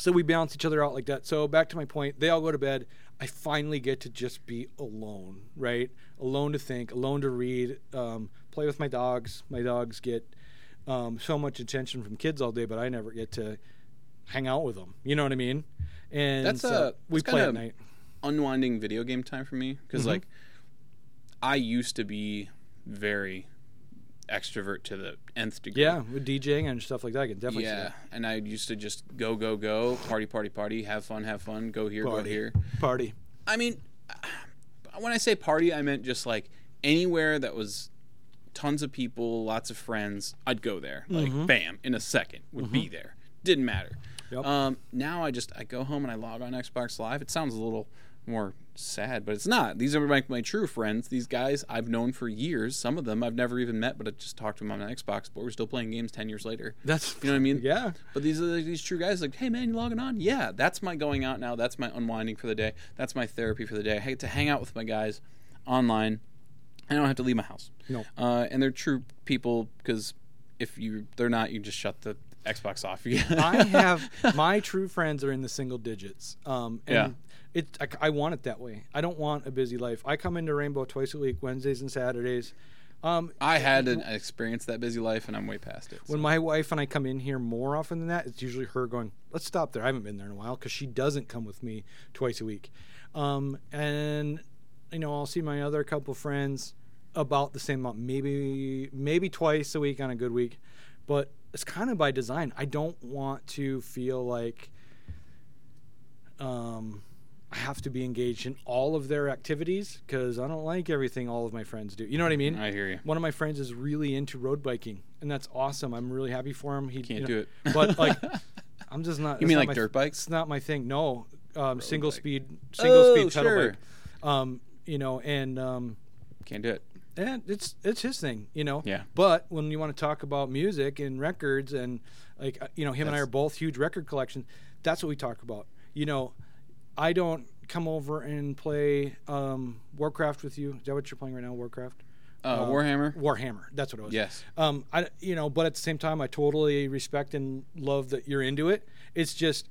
so we balance each other out like that. So back to my point, they all go to bed. I finally get to just be alone, right? Alone to think, alone to read, um, play with my dogs. My dogs get um, so much attention from kids all day, but I never get to hang out with them. You know what I mean? And That's so a- we that's play at kinda- night. unwinding video game time for me because Mm-hmm. like I used to be very extrovert to the nth degree. Yeah, with DJing and stuff like that, I can definitely. see Yeah, that. and I used to just go, go, go, party, party, party, have fun, have fun, go here, Party. go here. Party. I mean, when I say party, I meant just like anywhere that was tons of people, lots of friends, I'd go there. Like, bam, in a second, would be there. Didn't matter. Mm-hmm. Yep. Um, now I just I go home and I log on Xbox Live. It sounds a little more sad, but it's not. These are my, my true friends. These guys I've known for years. Some of them I've never even met, but I just talked to them on Xbox. But we're still playing games ten years later. That's You know what I mean? yeah. But these are like, these true guys. Like, hey man, you logging on? Yeah, that's my going out now. That's my unwinding for the day. That's my therapy for the day. I get to hang out with my guys online. I don't have to leave my house. No. Uh, and they're true people because if you they're not, you just shut the Xbox off. I have my true friends are in the single digits. Um, and Yeah. It, I, I want it that way. I don't want a busy life. I come into Rainbow twice a week, Wednesdays and Saturdays. Um, I had an experience that busy life, and I'm way past it. so. when my wife and I come in here more often than that, it's usually her going, "Let's stop there. I haven't been there in a while because she doesn't come with me twice a week." Um, and you know, I'll see my other couple friends about the same amount, maybe maybe twice a week on a good week, but it's kind of by design. I don't want to feel like um, I have to be engaged in all of their activities because I don't like everything all of my friends do. You know what I mean? I hear you. one of my friends is really into road biking, and that's awesome. I'm really happy for him. He you Can't know, do it. but like, I'm just not. You it's mean not like my- dirt bikes? It's not my thing. No, um, single bike. speed, single Oh, speed pedal sure. bike. Um, you know, and um, Can't do it. and it's it's his thing, you know. Yeah. But when you want to talk about music and records and like uh, you know him and I are That's- both huge record collections. That's what we talk about. You know, I don't come over and play um, Warcraft with you. Is that what you're playing right now? Warcraft. Uh, Warhammer. Warhammer. That's what it was. Yes. Um, I you know, but at the same time, I totally respect and love that you're into it. It's just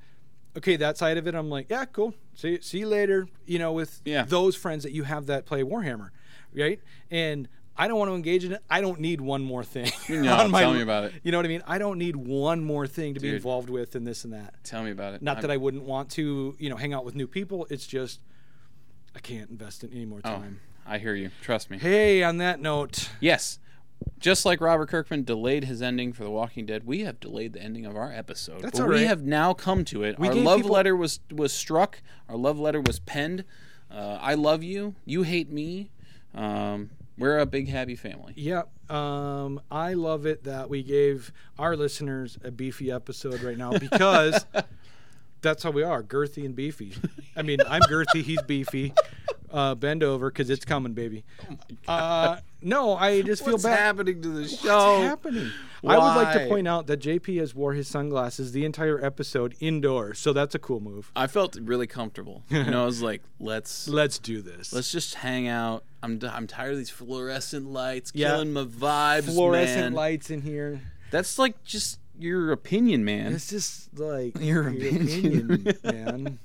okay that side of it. I'm like, yeah, cool. See see you later. You know, with Yeah. those friends that you have that play Warhammer, right? And I don't want to engage in it. I don't need one more thing. No, tell me about it. You know what I mean? I don't need one more thing to be Dude. involved with and this and that. Tell me about it. Not that I wouldn't want to, you know, hang out with new people. It's just I can't invest in any more Oh. time. I hear you. Trust me. Hey, on that note, Yes. Just like Robert Kirkman delayed his ending for The Walking Dead, we have delayed the ending of our episode. That's but all right. we have now come to it. our gave love people- letter was was struck. Our love letter was penned. Uh, I love you. You hate me. Um, we're a big happy family. Yeah, um, I love it that we gave our listeners a beefy episode right now because that's how we are, girthy and beefy. I mean, I'm girthy, he's beefy. Uh, bend over because it's coming, baby. Uh, no, I just feel bad. happening to the What's happening? I would like to Why? point out that JP has wore his sunglasses the entire episode indoors, so that's a cool move. I felt really comfortable. You know, I was like, let's Let's do this. let's just hang out. I'm d- I'm tired of these fluorescent lights Yeah. killing my vibes, fluorescent man. lights in here. That's like just your opinion, man. It's just like Your opinion. opinion, man.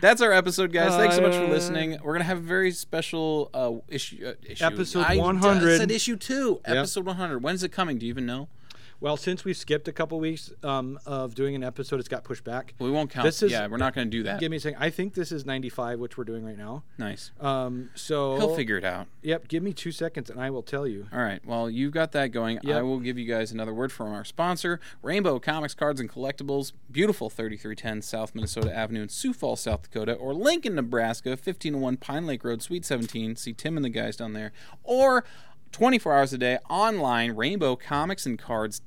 That's our episode, guys. Thanks so much for Uh, listening. We're gonna have a very special uh, issue, uh, issue. Episode I 100. said issue two. Episode one hundred. When's it coming? Do you even know? Well, since we skipped a couple weeks um, of doing an episode, it's got pushed back. We won't count. This is- yeah, we're not gonna do that. Give me a second. I think this is 95, which we're doing right now. nice. Um, so He'll figure it out. Yep. Give me two seconds, and I will tell you. All right. Well, you've got that going. I Yep. will give you guys another word from our sponsor, Rainbow Comics Cards and Collectibles, beautiful 3310 South Minnesota Avenue in Sioux Falls, South Dakota, or Lincoln, Nebraska, 1501 Pine Lake Road, Suite 17. See Tim and the guys down there. Or 24 hours a day online,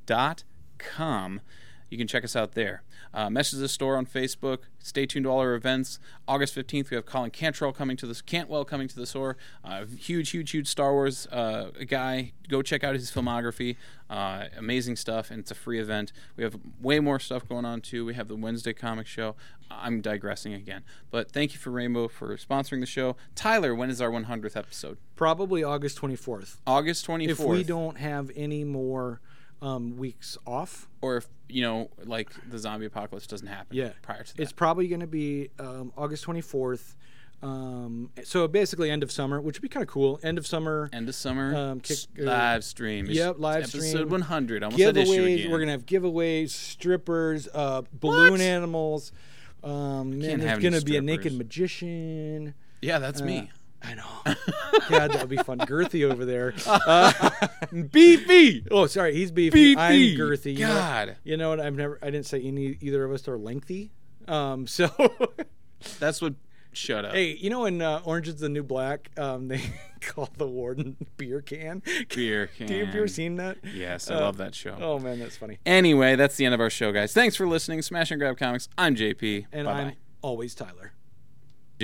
rainbowcomicsandcards.com. You can check us out there. Uh, message the store on Facebook. Stay tuned to all our events. August 15th, we have Colin Cantrell coming to the Cantwell coming to the store. Uh, huge, huge, huge Star Wars uh, guy. Go check out his filmography. Uh, amazing stuff, and it's a free event. We have way more stuff going on too. We have the Wednesday comic show. I'm digressing again, but thank you for Rainbow for sponsoring the show. Tyler, when is our 100th episode? Probably August 24th. August 24th. If we don't have any more um, weeks off, or if you know, like the zombie apocalypse doesn't happen. Yeah. Prior to that. it's probably going to be um, August 24th. Um, so basically, end of summer, which would be kind of cool. End of summer. End of summer Um, kick- s- uh, live stream. It's- yep, live it's stream. Episode 100. I Almost said issue giveaways. again. We're gonna have giveaways, strippers, uh, balloon animals. Um, man, Can't have there's any gonna be a strippers. naked magician. Uh, yeah, that's me. I know. God, that would be fun. Girthy over there. Uh, Beefy. Oh, sorry, he's beefy. I'm Beefy. girthy. You know- God. you know what? I've never. I didn't say any either of us are lengthy. Um, so That's what. Shut up. hey, you know in uh, Orange Is the New Black, um, they call the warden beer can. Beer Do you, have you ever can. seen that? Yes, I love that show. Oh man, that's funny. Anyway, that's the end of our show, guys. Thanks for listening. Smash and grab comics. I'm JP. And Bye-bye. I'm always Tyler.